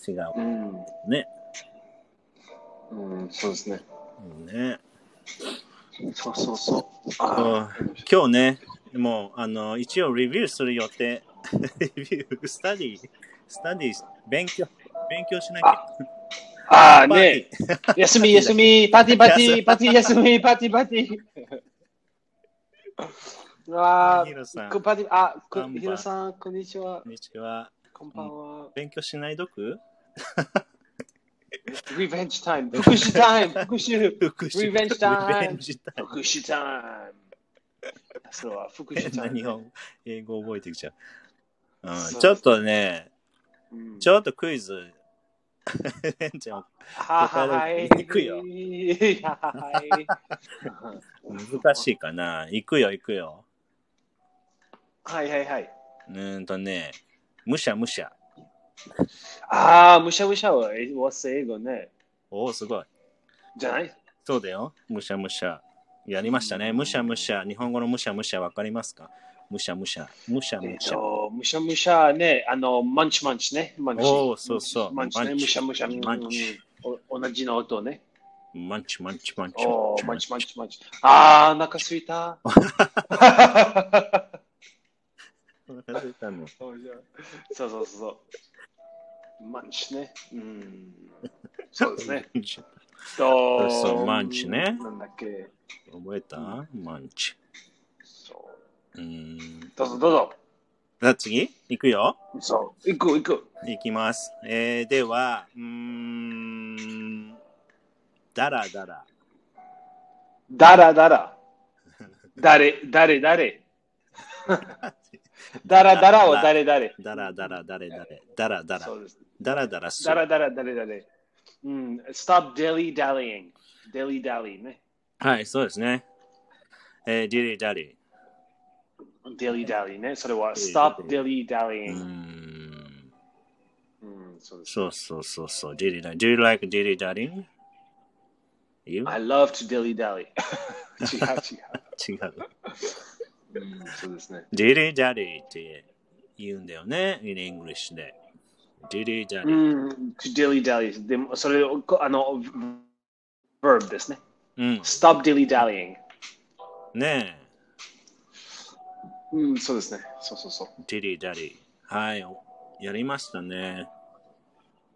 [SPEAKER 2] 違
[SPEAKER 1] う、
[SPEAKER 2] うんね。
[SPEAKER 1] うん、そうですね。
[SPEAKER 2] うんね。
[SPEAKER 1] そうそうそう。ああ、
[SPEAKER 2] 今日ね、もうあの一応レビューする予定、 レビュー、スタディ、スタディ、勉強、勉強しなきゃ。
[SPEAKER 1] ああ
[SPEAKER 2] パー
[SPEAKER 1] ね
[SPEAKER 2] テ
[SPEAKER 1] 休み、 休み、パーティー、パーティー、パーティー、休み、パーティー、パーティー。あ
[SPEAKER 2] ヒロさん
[SPEAKER 1] ー、くぱり、あ、
[SPEAKER 2] こ
[SPEAKER 1] く、
[SPEAKER 2] んばん
[SPEAKER 1] ひろさん、こんにちは
[SPEAKER 2] こん。にちは。
[SPEAKER 1] こんばんは。
[SPEAKER 2] 勉強しないどく
[SPEAKER 1] リベンジタイム。復讐タ イム。復讐。
[SPEAKER 2] 復讐
[SPEAKER 1] Revenge time
[SPEAKER 2] リベンジタイム
[SPEAKER 1] 復讐タイム。それは復 讐
[SPEAKER 2] 変
[SPEAKER 1] タ
[SPEAKER 2] な
[SPEAKER 1] イム。
[SPEAKER 2] 日本英語覚えてきちゃう。う
[SPEAKER 1] そ
[SPEAKER 2] ん、
[SPEAKER 1] う
[SPEAKER 2] ちょっとね、
[SPEAKER 1] うん
[SPEAKER 2] ちょっとクイズ。 レンちゃん、
[SPEAKER 1] ははい。
[SPEAKER 2] 行 くよ
[SPEAKER 1] はい。
[SPEAKER 2] 難しいかな。行くよ、行くよ。
[SPEAKER 1] はいはいはい。
[SPEAKER 2] うーんとね、むしゃむしゃ。
[SPEAKER 1] ああ、むしゃむしゃは、えわっせ英語ね。
[SPEAKER 2] おお、すごい。
[SPEAKER 1] じゃない
[SPEAKER 2] そうだよ。むしゃむしゃ。やりましたね。むしゃむしゃ。日本語のむしゃむしゃわかりますかむしゃむしゃ。むしゃ
[SPEAKER 1] えっ
[SPEAKER 2] むしゃ。
[SPEAKER 1] と、むしゃむしゃね、あの、マンチマンチね。マンチ。
[SPEAKER 2] おお、そうそう。
[SPEAKER 1] マンチね、むしゃむしゃ。
[SPEAKER 2] マンチ。
[SPEAKER 1] うんお同じの音ね。
[SPEAKER 2] マンチマンチマンチ。
[SPEAKER 1] おー、マンチマンチマンチ。あー、お腹すいた。 そうそうそう。マンチね。うん。そうですね。
[SPEAKER 2] う
[SPEAKER 1] と
[SPEAKER 2] そうマンチね
[SPEAKER 1] なんだっけ。
[SPEAKER 2] 覚えたマンチ。
[SPEAKER 1] そう
[SPEAKER 2] ーん
[SPEAKER 1] う。どうぞどうぞ。
[SPEAKER 2] じゃあ次行くよ。
[SPEAKER 1] そう。行く行く。
[SPEAKER 2] 行きます。えー、では、うーん。だらだら。
[SPEAKER 1] だらだ ら。誰誰誰。だらだらは誰誰。
[SPEAKER 2] だらだらだれだれ。だらだら
[SPEAKER 1] そ。うです。
[SPEAKER 2] だらだらす
[SPEAKER 1] だ
[SPEAKER 2] る。
[SPEAKER 1] らだら誰誰。うん。Stop Hmm, dilly dallying。dilly dally ね。
[SPEAKER 2] はい、そうですね。えー、ディリーダリー。
[SPEAKER 1] dilly dally ね。それは
[SPEAKER 2] Dilly-dally
[SPEAKER 1] stop dilly
[SPEAKER 2] うー
[SPEAKER 1] dallying。Hmm,
[SPEAKER 2] ん
[SPEAKER 1] うん、そうです。
[SPEAKER 2] そうそうそうそう。Did it, do you like Diddy Daddy? You?
[SPEAKER 1] I love to dilly dally. 違う違
[SPEAKER 2] 違う。
[SPEAKER 1] う。うん、そうですね。
[SPEAKER 2] Diddy Daddy って言うんだよね。in English で。Diddy
[SPEAKER 1] う
[SPEAKER 2] Daddy。
[SPEAKER 1] ん、to Hmm, dilly dally。でも、それを、こあの、verb ですね。
[SPEAKER 2] うん。
[SPEAKER 1] stop dilly dallying。
[SPEAKER 2] ね
[SPEAKER 1] うん、そうですね。そうそうそ
[SPEAKER 2] え。Diddy Daddy。はい。やりましたね。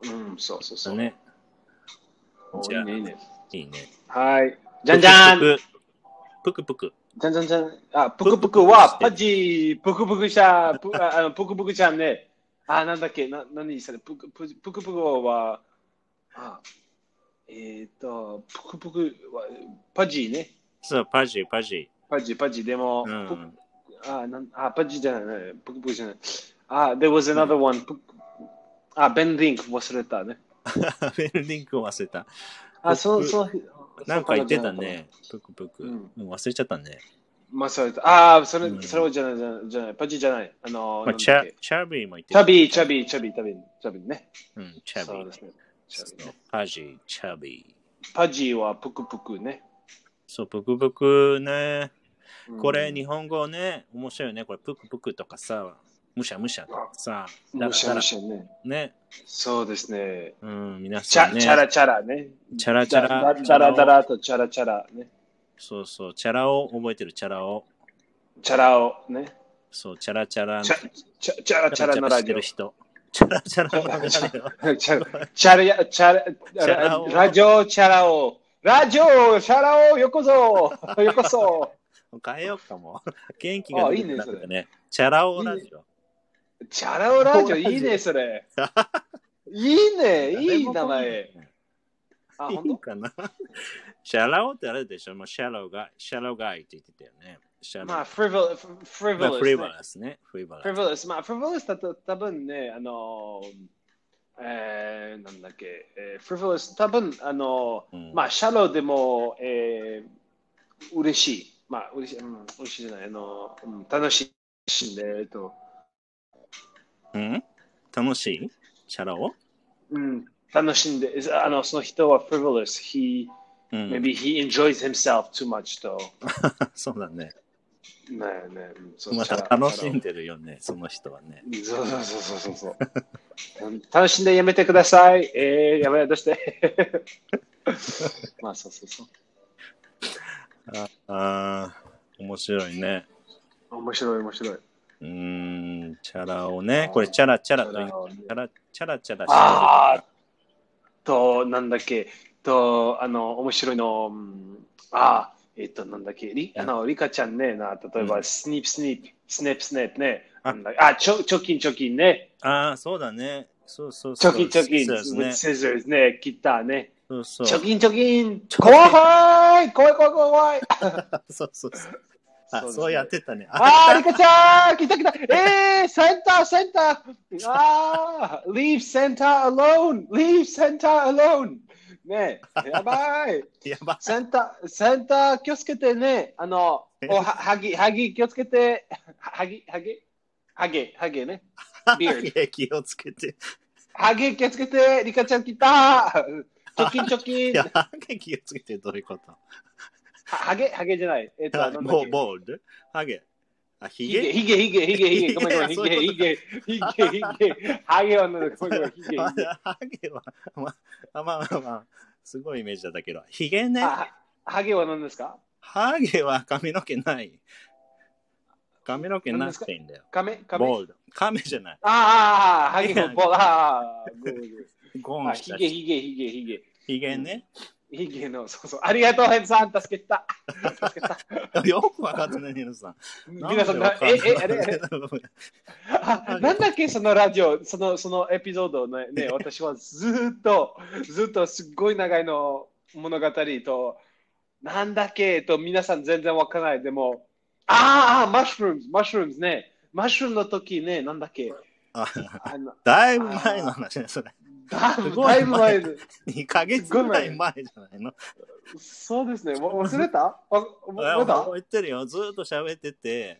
[SPEAKER 1] う。うん、そうそうそう。
[SPEAKER 2] ね。
[SPEAKER 1] お
[SPEAKER 2] じゃあ
[SPEAKER 1] いいね、いいね。
[SPEAKER 2] いいね。
[SPEAKER 1] はい。じゃんじゃん
[SPEAKER 2] ぷくぷく。
[SPEAKER 1] じゃんじゃんじゃん。あ、ぷくぷくは、パチぷくぷくちゃん、ぷああのぷくぷくちゃんね。あ、なんだっけ、な何それ、ぷくぷぷくぷくは、あ、えっ、と、ぷくぷくは、パジーね。
[SPEAKER 2] そう、パジー、パジ
[SPEAKER 1] パジー、パジー、でも、
[SPEAKER 2] ー。う
[SPEAKER 1] ぷ
[SPEAKER 2] ん。
[SPEAKER 1] あなんあ、パジーじゃない、ぷくぷくじゃない。あ、there was another one. ぷくあ、ベンリンク忘れたね。
[SPEAKER 2] ベルリンクを忘れた。
[SPEAKER 1] あ、そう、そう。
[SPEAKER 2] なんか言ってたね。ぷくぷく。う
[SPEAKER 1] うんん
[SPEAKER 2] 忘れちゃったね。
[SPEAKER 1] まあ、それと、ああ、それ
[SPEAKER 2] う、ん
[SPEAKER 1] それはじゃない、じゃないじゃない、パチじゃない。あのー、
[SPEAKER 2] まあ、
[SPEAKER 1] なん
[SPEAKER 2] チ
[SPEAKER 1] だっ
[SPEAKER 2] ャ
[SPEAKER 1] け
[SPEAKER 2] チャビーも言って
[SPEAKER 1] チャビー、チャビー、チャビー、チャビー、チャビーね。
[SPEAKER 2] うん、チャビ
[SPEAKER 1] そう
[SPEAKER 2] ー
[SPEAKER 1] で。すね。チャビーね
[SPEAKER 2] パジー、チャビー。
[SPEAKER 1] パジーはプクプクね。
[SPEAKER 2] そう、ぷくぷくね。
[SPEAKER 1] うん
[SPEAKER 2] これ、日本語ね、面白いよね。これ、ぷくぷくとかさ、むしゃむしゃとかさ、だ
[SPEAKER 1] むしゃ
[SPEAKER 2] らだ
[SPEAKER 1] むしゃね。
[SPEAKER 2] らね。
[SPEAKER 1] そうですね。
[SPEAKER 2] うん、皆
[SPEAKER 1] チ
[SPEAKER 2] さん
[SPEAKER 1] ャ
[SPEAKER 2] ね。
[SPEAKER 1] チャラチャラね。
[SPEAKER 2] チャラチャ
[SPEAKER 1] だ
[SPEAKER 2] ラ。
[SPEAKER 1] だ
[SPEAKER 2] チャ
[SPEAKER 1] だ
[SPEAKER 2] ラ
[SPEAKER 1] ら
[SPEAKER 2] を
[SPEAKER 1] だらとチャラチャラね。
[SPEAKER 2] そうそう、チャラを覚えてる、チャラを。
[SPEAKER 1] チャラをね。
[SPEAKER 2] そう、チャラチャラ。
[SPEAKER 1] チャチャチャラチャラのラ
[SPEAKER 2] し
[SPEAKER 1] ジ
[SPEAKER 2] て
[SPEAKER 1] オ。
[SPEAKER 2] る
[SPEAKER 1] チ
[SPEAKER 2] 人。チャラチャラのラジオ。
[SPEAKER 1] ャ チャラチャ
[SPEAKER 2] ラ
[SPEAKER 1] ラ
[SPEAKER 2] を
[SPEAKER 1] ラジオチャラを。ラジオチャラをよこぞよこそ
[SPEAKER 2] 変えようかも。元気が出てくる
[SPEAKER 1] あいいねそれ
[SPEAKER 2] なんかね。チャラをラジオ。
[SPEAKER 1] チャラを ラジオいいね、それ。いいね、いい名前。あ、
[SPEAKER 2] い
[SPEAKER 1] 本
[SPEAKER 2] い
[SPEAKER 1] 当
[SPEAKER 2] かなシャラオってあれでしょもうシャローが、シャローがいって言ってたよね。シャロー。
[SPEAKER 1] まあ、フリヴル、フリヴ
[SPEAKER 2] まあ、フリーバ
[SPEAKER 1] ル。
[SPEAKER 2] ラスね。フリーバ
[SPEAKER 1] フ
[SPEAKER 2] ラ
[SPEAKER 1] リヴルス、まあ、フリヴルスだと多分ね、あのー、えー、なんだっけ、えー、フリヴルス、多分、あのー、
[SPEAKER 2] うん
[SPEAKER 1] まあ、シャローでも、えー、嬉しい。まあ、嬉しい、うん、嬉しいじゃない、あのー、うん、楽しいんで、えっと、
[SPEAKER 2] ス。うん楽しいシャラオ
[SPEAKER 1] うん、楽しんで、あの、その人はフリヴルス、he,
[SPEAKER 2] うん
[SPEAKER 1] maybe he enjoys himself too much と、
[SPEAKER 2] そうだね。
[SPEAKER 1] ねえねえ、うんそう
[SPEAKER 2] ま
[SPEAKER 1] シャ
[SPEAKER 2] た
[SPEAKER 1] ラー
[SPEAKER 2] 楽し
[SPEAKER 1] シャラー
[SPEAKER 2] んでるよね、その人はね。
[SPEAKER 1] そうそうそうそうそうそう。うん楽しんでやめてください。えー、やめどうしてまあそうそうそう。
[SPEAKER 2] ああー、面白いね。
[SPEAKER 1] 面白い面白い。
[SPEAKER 2] うーん、チャラオね。これ、チャラチャラと言
[SPEAKER 1] チャ
[SPEAKER 2] う
[SPEAKER 1] ラをね
[SPEAKER 2] チャラ、チャラチャラしてる。
[SPEAKER 1] ああと、なんだっけ、と、あの、面白いの、うんああ、えっと、なんだっけ、リあのリカちゃんねな、例え
[SPEAKER 2] う
[SPEAKER 1] ば、
[SPEAKER 2] ん
[SPEAKER 1] スニープ、スニープ、スネープ、スネープね。
[SPEAKER 2] あ
[SPEAKER 1] あ、あちょ、貯金、貯金ね。
[SPEAKER 2] ああ、そうだね。そうそうそ
[SPEAKER 1] 貯
[SPEAKER 2] う。
[SPEAKER 1] 金、貯金、
[SPEAKER 2] そうですね
[SPEAKER 1] with。scissors ね、切ったね。
[SPEAKER 2] そうそう。
[SPEAKER 1] 貯金、貯金、
[SPEAKER 2] 貯金
[SPEAKER 1] 怖い怖い怖い怖い
[SPEAKER 2] そうそうそう。
[SPEAKER 1] そう
[SPEAKER 2] あ
[SPEAKER 1] ですね
[SPEAKER 2] そうやってたね。あ
[SPEAKER 1] あー、リカちゃん来た来たえー、センター、センターあー、leave center alone! leave center alone! ねやばい
[SPEAKER 2] やばい。
[SPEAKER 1] センター、センター気をつけてね。あの、おは、はぎ、はぎ気をつけて。ははぎ、はぎはぎ、はぎね。ビール
[SPEAKER 2] いや気をつけて。
[SPEAKER 1] はぎ気をつけて、リカちゃん来た貯金貯
[SPEAKER 2] い
[SPEAKER 1] 金
[SPEAKER 2] や、ハゲ気をつけてどういうこと
[SPEAKER 1] ははげ、はげじゃない。えっと、なんだっけ
[SPEAKER 2] ボー、ボールハゲ。あ、ヒ
[SPEAKER 1] ひ
[SPEAKER 2] ゲ
[SPEAKER 1] げ、ひげ、ひげ、ひげ、ひげ、ごめんごめん、
[SPEAKER 2] いや
[SPEAKER 1] ひ
[SPEAKER 2] そう
[SPEAKER 1] げ、
[SPEAKER 2] い
[SPEAKER 1] ひ
[SPEAKER 2] うこと
[SPEAKER 1] げ、ひげ、ひげ、はげはなんだ、ごめんごめん、ひげ、ひげ。
[SPEAKER 2] まあハゲは、まあ、まあまあまあ、すごいイメージだったけど、ヒゲね、
[SPEAKER 1] あはげは何ですか
[SPEAKER 2] ハゲは髪の毛ない。髪の毛なくていいんだよ。
[SPEAKER 1] カメカメ
[SPEAKER 2] ボールド。亀じゃない。
[SPEAKER 1] ああ、はげのボール、ああ、ごめんごめん
[SPEAKER 2] ゴ
[SPEAKER 1] あ
[SPEAKER 2] ンし
[SPEAKER 1] ひ
[SPEAKER 2] た
[SPEAKER 1] げ、
[SPEAKER 2] し。
[SPEAKER 1] ひげ、ひげ、ひげ。
[SPEAKER 2] ヒゲね。
[SPEAKER 1] ヒゲの、そうそう。ありがとう、ヘンさん。助けた。助けた。
[SPEAKER 2] よくわかったね、ニノさん。
[SPEAKER 1] 皆さん、
[SPEAKER 2] な
[SPEAKER 1] なん
[SPEAKER 2] で
[SPEAKER 1] え
[SPEAKER 2] わ、
[SPEAKER 1] え、あ
[SPEAKER 2] かん
[SPEAKER 1] れ
[SPEAKER 2] な
[SPEAKER 1] あ
[SPEAKER 2] い
[SPEAKER 1] れあ、なんだっけ、そのラジオ、その、そのエピソードをね、 ね私はずーっと、ずーっとすっごい長いの物語と、なんだっけ、と、皆さん全然わからない。でも、あーあー、マッシュルームズ、マッシュルームズね。マッシュルームの時ね、なんだっけ。
[SPEAKER 2] あ
[SPEAKER 1] あの、
[SPEAKER 2] だいぶ前の話ね、それ。
[SPEAKER 1] だ
[SPEAKER 2] すごい
[SPEAKER 1] だいぶ前で、
[SPEAKER 2] 2ヶ月ぐらい前じゃないの
[SPEAKER 1] そうですね。わ忘れたわ忘れた
[SPEAKER 2] 覚えてるよ。ずーっと喋ってて、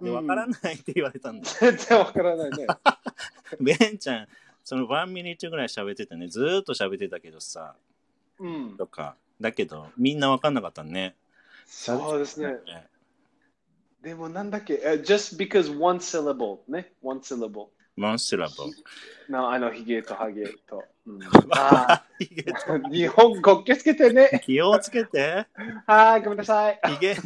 [SPEAKER 2] で、わからないって言われたんだよ
[SPEAKER 1] 全然わからないね。
[SPEAKER 2] ベンちゃん、その1ミニットぐらい喋っててね、ずーっと喋ってたけどさ、
[SPEAKER 1] うん。
[SPEAKER 2] とか、だけど、みんなわかんなかったね。
[SPEAKER 1] そうですね。でもなんだっけ、え just because one syllable ね、one syllable。
[SPEAKER 2] モンスラボ。
[SPEAKER 1] なあの、ヒゲとハゲと。 うんあ
[SPEAKER 2] ヒゲ
[SPEAKER 1] ー日本語気をつけてね。
[SPEAKER 2] 気をつけて、
[SPEAKER 1] はい、ごめんなさい。
[SPEAKER 2] ヒゲ、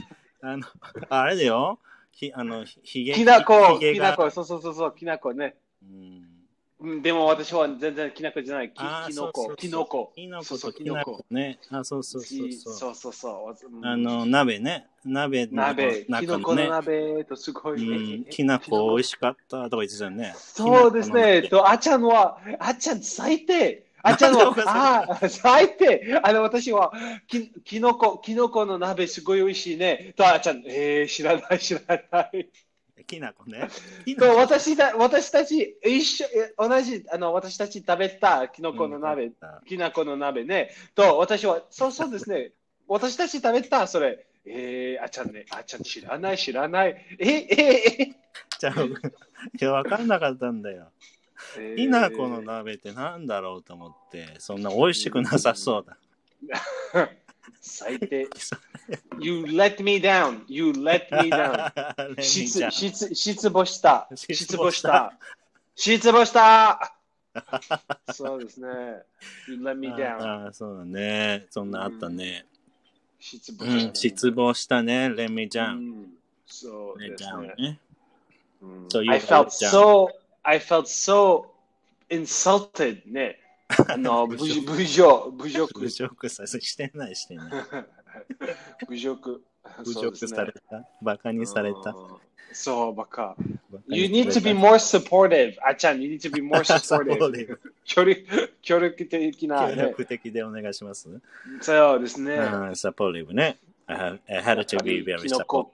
[SPEAKER 2] あの、あれだよ、ひあの、ひヒゲ。
[SPEAKER 1] きなこ、
[SPEAKER 2] ヒゲ
[SPEAKER 1] きな
[SPEAKER 2] が。
[SPEAKER 1] こ、そうそうそう、そうきなこね。
[SPEAKER 2] うん
[SPEAKER 1] うんでも私は全然きなこじゃない。き
[SPEAKER 2] あー
[SPEAKER 1] きの
[SPEAKER 2] そうそうそう
[SPEAKER 1] こ、きのこ。
[SPEAKER 2] きの
[SPEAKER 1] そ
[SPEAKER 2] こ
[SPEAKER 1] うそ
[SPEAKER 2] と
[SPEAKER 1] う
[SPEAKER 2] きなこ。ね。あ、そうそうそう
[SPEAKER 1] き
[SPEAKER 2] そう。
[SPEAKER 1] そうそうそううん
[SPEAKER 2] あの、鍋ね。鍋の
[SPEAKER 1] 鍋、き
[SPEAKER 2] 中
[SPEAKER 1] のこの
[SPEAKER 2] のね。
[SPEAKER 1] 鍋とすご
[SPEAKER 2] う
[SPEAKER 1] い。
[SPEAKER 2] ん、きなこ美味しかったとか言ってたよね。
[SPEAKER 1] そうですね。、
[SPEAKER 2] きなこと
[SPEAKER 1] あちゃんは、あちゃん最低。あちゃんは
[SPEAKER 2] なんでお、か
[SPEAKER 1] あ最低。あの、私は、き、きのこ、きのこの鍋すごい美味しいね。と、あちゃん、えー、知らない、知らない。
[SPEAKER 2] のきなこね。きな
[SPEAKER 1] と、
[SPEAKER 2] こ
[SPEAKER 1] 私た、私たち、一緒、え同じ、あの、私たち食べたきのこの鍋、
[SPEAKER 2] うん
[SPEAKER 1] きなこの鍋ね。と、私は、そうそうですね。私たち食べた、それ。えー、あちゃんね、あちゃん知らない、知らない。え、え、え、
[SPEAKER 2] じゃあ、いや、わかんなかったんだよ。
[SPEAKER 1] え。
[SPEAKER 2] きなこの鍋ってなんだろうと思って、そんな美味しくなさそうだ。
[SPEAKER 1] 最低。You let me down. You let me down.
[SPEAKER 2] レミち
[SPEAKER 1] 失
[SPEAKER 2] ゃん
[SPEAKER 1] 失失望した。
[SPEAKER 2] 失
[SPEAKER 1] 失
[SPEAKER 2] 望
[SPEAKER 1] 望
[SPEAKER 2] し
[SPEAKER 1] したた。失望 した。そうですね。You let me down.
[SPEAKER 2] ああ、そうだね。そんなあったね。
[SPEAKER 1] 失
[SPEAKER 2] う
[SPEAKER 1] 望
[SPEAKER 2] ん、
[SPEAKER 1] した。
[SPEAKER 2] 失望したね、レミちゃ。
[SPEAKER 1] うんんそう
[SPEAKER 2] レミ
[SPEAKER 1] で
[SPEAKER 2] ち
[SPEAKER 1] す
[SPEAKER 2] ゃん
[SPEAKER 1] ね。
[SPEAKER 2] ね。
[SPEAKER 1] うん
[SPEAKER 2] そういう
[SPEAKER 1] I
[SPEAKER 2] こと
[SPEAKER 1] felt
[SPEAKER 2] じゃん
[SPEAKER 1] so, I felt so insulted ね。あ の、侮
[SPEAKER 2] 侮
[SPEAKER 1] 侮辱、侮辱
[SPEAKER 2] 侮。辱させしてないしてない。
[SPEAKER 1] 侮辱。
[SPEAKER 2] 侮
[SPEAKER 1] そうで
[SPEAKER 2] 辱
[SPEAKER 1] すね
[SPEAKER 2] された。バカにされた。
[SPEAKER 1] うんそう、バカ。
[SPEAKER 2] バカ
[SPEAKER 1] You
[SPEAKER 2] に
[SPEAKER 1] need
[SPEAKER 2] さ
[SPEAKER 1] to
[SPEAKER 2] れ
[SPEAKER 1] be
[SPEAKER 2] た
[SPEAKER 1] more supportive. あちゃん、you need to be more
[SPEAKER 2] サポー
[SPEAKER 1] supportive.
[SPEAKER 2] ティブ
[SPEAKER 1] 協力協力的な、
[SPEAKER 2] 協
[SPEAKER 1] ね。
[SPEAKER 2] 力的でお願いします。
[SPEAKER 1] そうですね。
[SPEAKER 2] うんサポーティブね。I have- I had to be very
[SPEAKER 1] キノコ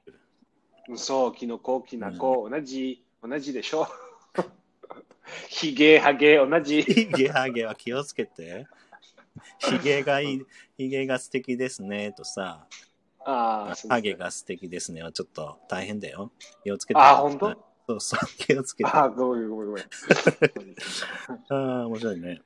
[SPEAKER 2] supportive.
[SPEAKER 1] そう、キノコ、キナコ、同じ、同じで しょ。ヒゲ、ハゲ、同じ。
[SPEAKER 2] ヒゲハゲは気をつけて。ヒゲがいい、ヒゲが素敵ですねとさ、
[SPEAKER 1] ああ、そうですね
[SPEAKER 2] ハゲ。が素敵ですねはちょっと大変だよ。気をつけて。
[SPEAKER 1] ああ、本当
[SPEAKER 2] そうそう、気をつけて。
[SPEAKER 1] あ
[SPEAKER 2] あ
[SPEAKER 1] あ、ごめんごめんご めん。
[SPEAKER 2] あ、面白いね。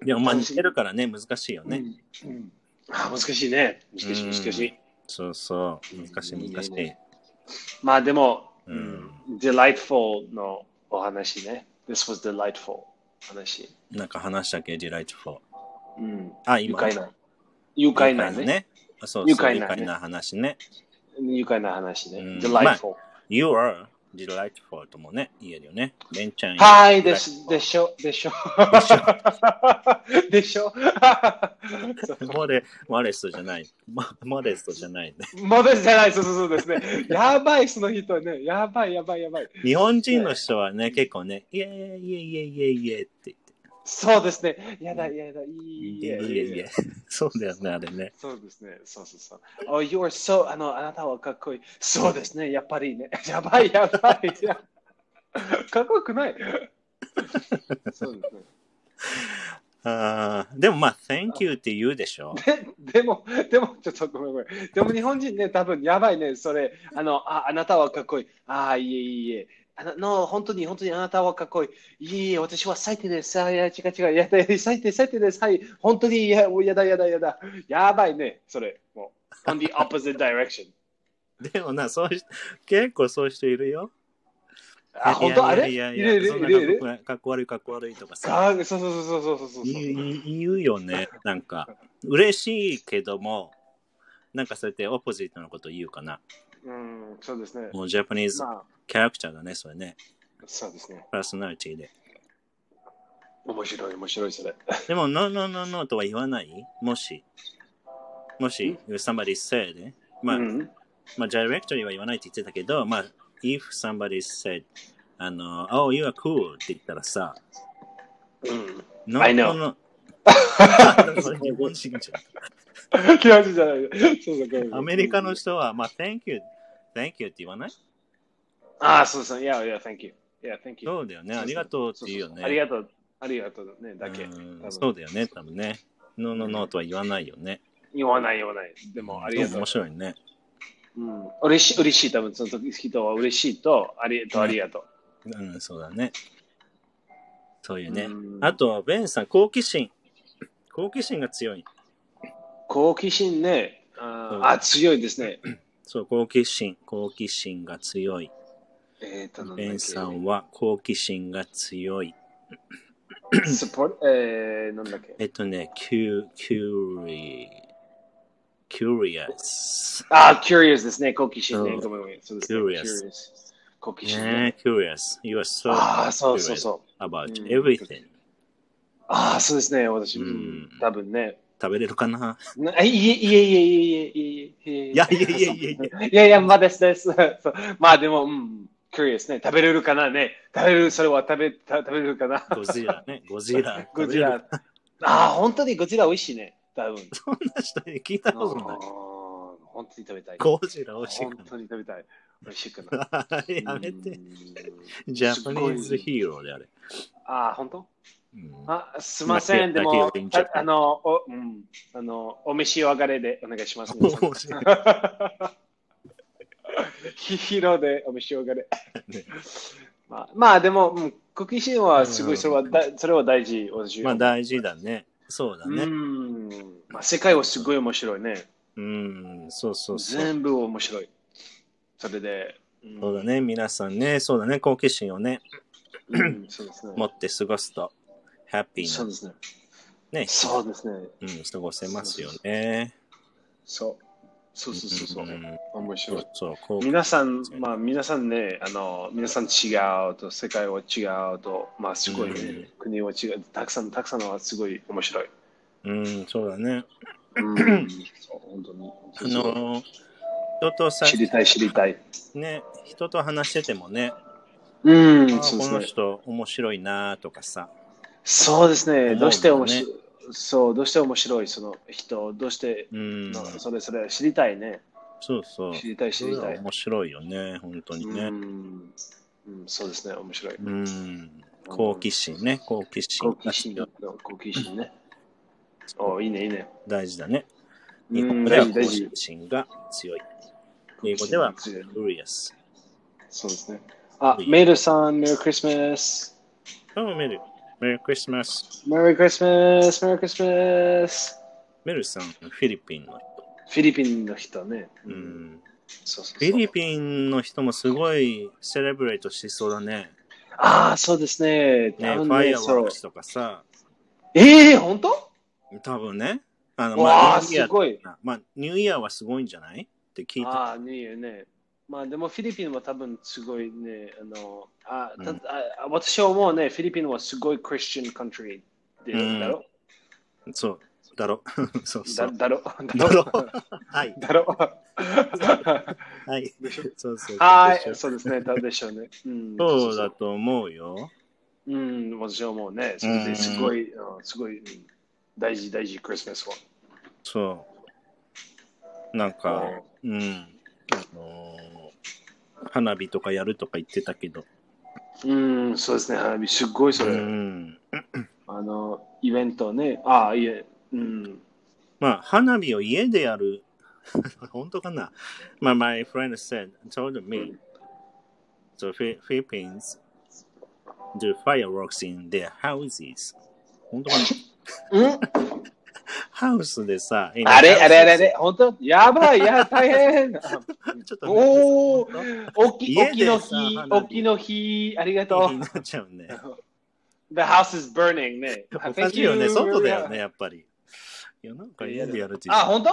[SPEAKER 2] でもまあ似てるからね、難しいよね。
[SPEAKER 1] うん。うんああ、難しいね。難しい、難しい。
[SPEAKER 2] そうそう、難しい難し
[SPEAKER 1] いい
[SPEAKER 2] い
[SPEAKER 1] ね。まあでも、
[SPEAKER 2] う
[SPEAKER 1] うんん、delightful のお話ね。This was delightful 話。
[SPEAKER 2] なんか話したっけ、ディライトフォー。
[SPEAKER 1] うん。
[SPEAKER 2] あ、
[SPEAKER 1] 愉
[SPEAKER 2] 今。
[SPEAKER 1] 快な。愉快な
[SPEAKER 2] 愉快な
[SPEAKER 1] ね。
[SPEAKER 2] ね。あそうそう、愉
[SPEAKER 1] 愉
[SPEAKER 2] 快
[SPEAKER 1] 快なね
[SPEAKER 2] な話ね。
[SPEAKER 1] 愉快な話ね
[SPEAKER 2] うん。
[SPEAKER 1] delightful。
[SPEAKER 2] You are delightful ともね、言えるよね。ベンちゃん。
[SPEAKER 1] はい、でし、でしょ、でしょ。 でしょ。
[SPEAKER 2] マレ、マレスじゃない。ママレスじゃないね。
[SPEAKER 1] まだじゃない、そうそうそうですね。やばい、その人はね。やばい、やばい、やばい。
[SPEAKER 2] 日本人の人はね、結構ね、イエーイイエイイエイイエイイエイって言って。
[SPEAKER 1] そうですね。やだ、やだ、いい。
[SPEAKER 2] イエイイエイイエイ。そうだよね、あれね。
[SPEAKER 1] そうですね。そうそうそう。Oh, you are so, あの、あなたはかっこいい。そうですね。やっぱりね。 やばい、やばい。 やかっこよく ない。そうですね。
[SPEAKER 2] あーでもまあ、Thank you って言うで しょ。
[SPEAKER 1] でも、でも、ちょっとごめんごめん。でも日本人ね、多分やばいね、それ。あの、ああなたはかっこいい。ああ、いえいえいえ。あの、の本当に本当にあなたはかっこいい。いえいえ、私は最低です。あいや、違う違う。やだ、最低、最低です。はい。本当に、いや、もうやだ、やだ、やだ。やばいね、それ。もう。on the opposite direction.
[SPEAKER 2] でもな、そうし結構そういう人いるよ。
[SPEAKER 1] あ、本当あれ
[SPEAKER 2] い
[SPEAKER 1] い
[SPEAKER 2] やい
[SPEAKER 1] る
[SPEAKER 2] や
[SPEAKER 1] い
[SPEAKER 2] い
[SPEAKER 1] るい
[SPEAKER 2] や、そん
[SPEAKER 1] る
[SPEAKER 2] ない
[SPEAKER 1] るいる。
[SPEAKER 2] かっこ悪い、かっこ悪いとかさ。
[SPEAKER 1] あそうそうそうそうそうそうそう。
[SPEAKER 2] 言う言うよね、なんか。嬉しいけども、なんかそうやってオポジットのこと言うかな。
[SPEAKER 1] うん、そうですね。
[SPEAKER 2] もうジャパニーズ
[SPEAKER 1] まあ、
[SPEAKER 2] キャラクターだね、それね。
[SPEAKER 1] そうですね。
[SPEAKER 2] パーソナリティで。
[SPEAKER 1] 面白い、面白い、それ。
[SPEAKER 2] でも、no, no, no, no とは言わないもし。もし、if somebody said ね、まあ、
[SPEAKER 1] うん
[SPEAKER 2] まあ、directory は言わないって言ってたけど、まあ、if somebody said, あの、oh, you are cool って言ったらさ、
[SPEAKER 1] うん。
[SPEAKER 2] no,
[SPEAKER 1] I know.
[SPEAKER 2] no, no. それ日本人じ
[SPEAKER 1] 気持ちじゃない。そうそうごめんごめ
[SPEAKER 2] ゃん。
[SPEAKER 1] ん
[SPEAKER 2] アメリカの人は、まあ、thank you, thank you って言わない
[SPEAKER 1] ああ、そうそう。いや、いや、thank you。いや、thank you。
[SPEAKER 2] そうだよね。ありがとうって言うよ
[SPEAKER 1] そそそあり
[SPEAKER 2] ね。
[SPEAKER 1] がとう。ありがとうね。だけ。
[SPEAKER 2] うん
[SPEAKER 1] 多分
[SPEAKER 2] そうだよね、多分ね。no, no, no とは言わないよね。
[SPEAKER 1] 言わない、言わない。でも、ありがとう
[SPEAKER 2] 面。白いね。
[SPEAKER 1] うん。嬉しい、嬉しい。多分、その時、人は嬉しいと、ありがとう、
[SPEAKER 2] うん
[SPEAKER 1] ありがと
[SPEAKER 2] うん、そうだね。そういう
[SPEAKER 1] う。
[SPEAKER 2] ね
[SPEAKER 1] う。ん
[SPEAKER 2] あとは、ベンさん、好奇心。好奇心が強い。
[SPEAKER 1] 好奇心ね。
[SPEAKER 2] そ
[SPEAKER 1] あ
[SPEAKER 2] う
[SPEAKER 1] ーあ、強いですね。
[SPEAKER 2] そう、好奇心。好奇心が強い。
[SPEAKER 1] えっと、なんだっけ
[SPEAKER 2] ベンさんは好奇心が強い。
[SPEAKER 1] サポート、えー、なんだっけ。
[SPEAKER 2] えっとね、cu- curi- curious。
[SPEAKER 1] あー、curious ですね。好奇心ね。
[SPEAKER 2] そ
[SPEAKER 1] ご
[SPEAKER 2] う
[SPEAKER 1] めんごめん。そうですね。
[SPEAKER 2] curious
[SPEAKER 1] 好奇心ね。
[SPEAKER 2] ね、curious. You are so
[SPEAKER 1] ああ、そうそう
[SPEAKER 2] curious
[SPEAKER 1] そう。
[SPEAKER 2] about
[SPEAKER 1] うん
[SPEAKER 2] everything.
[SPEAKER 1] ああ、そうですね、私、
[SPEAKER 2] うん
[SPEAKER 1] うん多分ね。
[SPEAKER 2] 食べれるかな
[SPEAKER 1] ないえいえいえいえいえいえいえいえ。
[SPEAKER 2] いやいやいやいやいや。
[SPEAKER 1] いやいや、まあですです。そうまあでも、うん、curious ね。食べれるかなね。食べれる、それは食べ、た食べれるかな。
[SPEAKER 2] ゴジラね、ゴジラ。
[SPEAKER 1] ゴジラ。ああ、本当にゴジラ美味しいね。多分。
[SPEAKER 2] そんな人に聞いた
[SPEAKER 1] あ
[SPEAKER 2] ことない
[SPEAKER 1] ー。本当に食べたい。
[SPEAKER 2] ゴジラ美味しい
[SPEAKER 1] 本
[SPEAKER 2] か
[SPEAKER 1] 当に食べたい。美味しいかな。
[SPEAKER 2] な。 やめ
[SPEAKER 1] う
[SPEAKER 2] て。
[SPEAKER 1] ん
[SPEAKER 2] ジャパニーズヒーローであれ。
[SPEAKER 1] ああ、本当
[SPEAKER 2] うん
[SPEAKER 1] あすみません、で
[SPEAKER 2] ま
[SPEAKER 1] も
[SPEAKER 2] あいいよいいん、じゃな
[SPEAKER 1] あ
[SPEAKER 2] い
[SPEAKER 1] あの、お、うん、あの、お召し上がれでお願いし ます。
[SPEAKER 2] 面白い
[SPEAKER 1] ヒヒーローでお召し上がれ。
[SPEAKER 2] ね
[SPEAKER 1] まあ、まあ、でも、うん、好奇心はすごい、それはだ、それは大事。私
[SPEAKER 2] まあ大事だね。そうだ
[SPEAKER 1] う
[SPEAKER 2] ね。
[SPEAKER 1] ん。まあ、世界はすごい面白いね。
[SPEAKER 2] うん、そうそうそう。
[SPEAKER 1] 全部面白い。それで、ん
[SPEAKER 2] そうだ。ね、皆さんね、そうだね、好奇心をね、
[SPEAKER 1] うんそう ですね。
[SPEAKER 2] 持って過ごすと、ハッピー
[SPEAKER 1] そう
[SPEAKER 2] な、
[SPEAKER 1] ですね。
[SPEAKER 2] ね、
[SPEAKER 1] そうですね。
[SPEAKER 2] うん、過ごせますよね。
[SPEAKER 1] そう。そうそうそうそうう。
[SPEAKER 2] ん
[SPEAKER 1] 面
[SPEAKER 2] そ。
[SPEAKER 1] 白いう
[SPEAKER 2] そう、好奇
[SPEAKER 1] 皆さん、まあ、皆さんね、あの皆さん違うと、世界は違うと、まあ、すごい、ね
[SPEAKER 2] うん
[SPEAKER 1] 国は違う、たくさん、たくさんのはすごい面白い。
[SPEAKER 2] うん、そうだね。
[SPEAKER 1] うん、そう本当に。
[SPEAKER 2] あの、人とさ、
[SPEAKER 1] 知りたい、知りたい。
[SPEAKER 2] ね、人と話しててもね、
[SPEAKER 1] うん、
[SPEAKER 2] あ
[SPEAKER 1] そうで
[SPEAKER 2] こ
[SPEAKER 1] す
[SPEAKER 2] の
[SPEAKER 1] ね。
[SPEAKER 2] 人面白いなとかさ、
[SPEAKER 1] そうです
[SPEAKER 2] 思
[SPEAKER 1] ね。
[SPEAKER 2] うんだね
[SPEAKER 1] どうして面白い、そう、どうして面白い、その人、どうして、
[SPEAKER 2] うん、
[SPEAKER 1] なんかそれ、それ、知りたいね。
[SPEAKER 2] そうそう。
[SPEAKER 1] 知りたい、知
[SPEAKER 2] そうい
[SPEAKER 1] り
[SPEAKER 2] うの
[SPEAKER 1] た。
[SPEAKER 2] はい面白いよね、本当に
[SPEAKER 1] う
[SPEAKER 2] ね。
[SPEAKER 1] ん、うんそうですね、面白い。
[SPEAKER 2] うん。好奇心ね、好奇心
[SPEAKER 1] 好。奇心、好奇心ね。
[SPEAKER 2] そう
[SPEAKER 1] おいいね、いいね。
[SPEAKER 2] 大事だね。
[SPEAKER 1] うん
[SPEAKER 2] 日本語では好
[SPEAKER 1] 大事
[SPEAKER 2] 奇心が強い。英語では
[SPEAKER 1] 強い
[SPEAKER 2] curious。
[SPEAKER 1] そうですね。あ、メイルさん、メリークリスマス。
[SPEAKER 2] どうもメル。メリークリスマス。
[SPEAKER 1] メリークリスマス、メリークリスマス。
[SPEAKER 2] メルさん、フィリピンの人。
[SPEAKER 1] フィリピンの人ね。
[SPEAKER 2] う。ん、
[SPEAKER 1] そうそうそう
[SPEAKER 2] フィリピンの人もすごいセレブレートしそうだね。
[SPEAKER 1] ああ、そうですね。
[SPEAKER 2] ね、
[SPEAKER 1] 多
[SPEAKER 2] フ
[SPEAKER 1] 分
[SPEAKER 2] ァイ
[SPEAKER 1] ね
[SPEAKER 2] ア
[SPEAKER 1] そ
[SPEAKER 2] ワー
[SPEAKER 1] う
[SPEAKER 2] クスとかさ、
[SPEAKER 1] ええ、本当
[SPEAKER 2] 多分ね。あの、
[SPEAKER 1] わあ、
[SPEAKER 2] まあ、ニューイヤ
[SPEAKER 1] す
[SPEAKER 2] ー
[SPEAKER 1] ごい。
[SPEAKER 2] まあ、ニューイヤーはすごいんじゃないって聞いた。
[SPEAKER 1] ああ、ニューイヤーね。まあでもフィリピンは多分すごいね、あの、あた
[SPEAKER 2] うん
[SPEAKER 1] あ私は思うね、フィリピンはすごいクリスチャンカントリーで、だろ、
[SPEAKER 2] そう、だろ。 そう
[SPEAKER 1] だ
[SPEAKER 2] そう。
[SPEAKER 1] だろ、
[SPEAKER 2] だろ。 はい。
[SPEAKER 1] だろ。
[SPEAKER 2] はい。そうそう。
[SPEAKER 1] はい、
[SPEAKER 2] そ
[SPEAKER 1] そうですね、だでしょうね。うん、
[SPEAKER 2] うだと思うよ。
[SPEAKER 1] うん、私はもうね、それですごい、うんすごい、うん大事、大事、クリスマスは。
[SPEAKER 2] そう。なんか、うん。あのー花火とかやるとか言ってたけど。
[SPEAKER 1] うん、そうですね、花火、すっごいそうれ。
[SPEAKER 2] ん。
[SPEAKER 1] あの、イベントね、ああ、いえ、うん。
[SPEAKER 2] まあ、花火を家でやる。 本当かなまあ、my friend said, told me, the Phi- Philippines do fireworks in their houses. 本当かな
[SPEAKER 1] うん、
[SPEAKER 2] ハウスでさ、in their
[SPEAKER 1] あれ
[SPEAKER 2] houses
[SPEAKER 1] あれあれあれ、本当やばい、や、大 変。
[SPEAKER 2] ちょっと待って
[SPEAKER 1] おお、おき、
[SPEAKER 2] 家
[SPEAKER 1] おき
[SPEAKER 2] で
[SPEAKER 1] の
[SPEAKER 2] さ
[SPEAKER 1] 日
[SPEAKER 2] 花、火
[SPEAKER 1] おきの日、ありがと
[SPEAKER 2] に
[SPEAKER 1] う。
[SPEAKER 2] なっちゃうね。
[SPEAKER 1] The house is burning ね。
[SPEAKER 2] おかしいよね、外だよね、。やっぱり。いや、なんか家でやるっていう。
[SPEAKER 1] あ、本当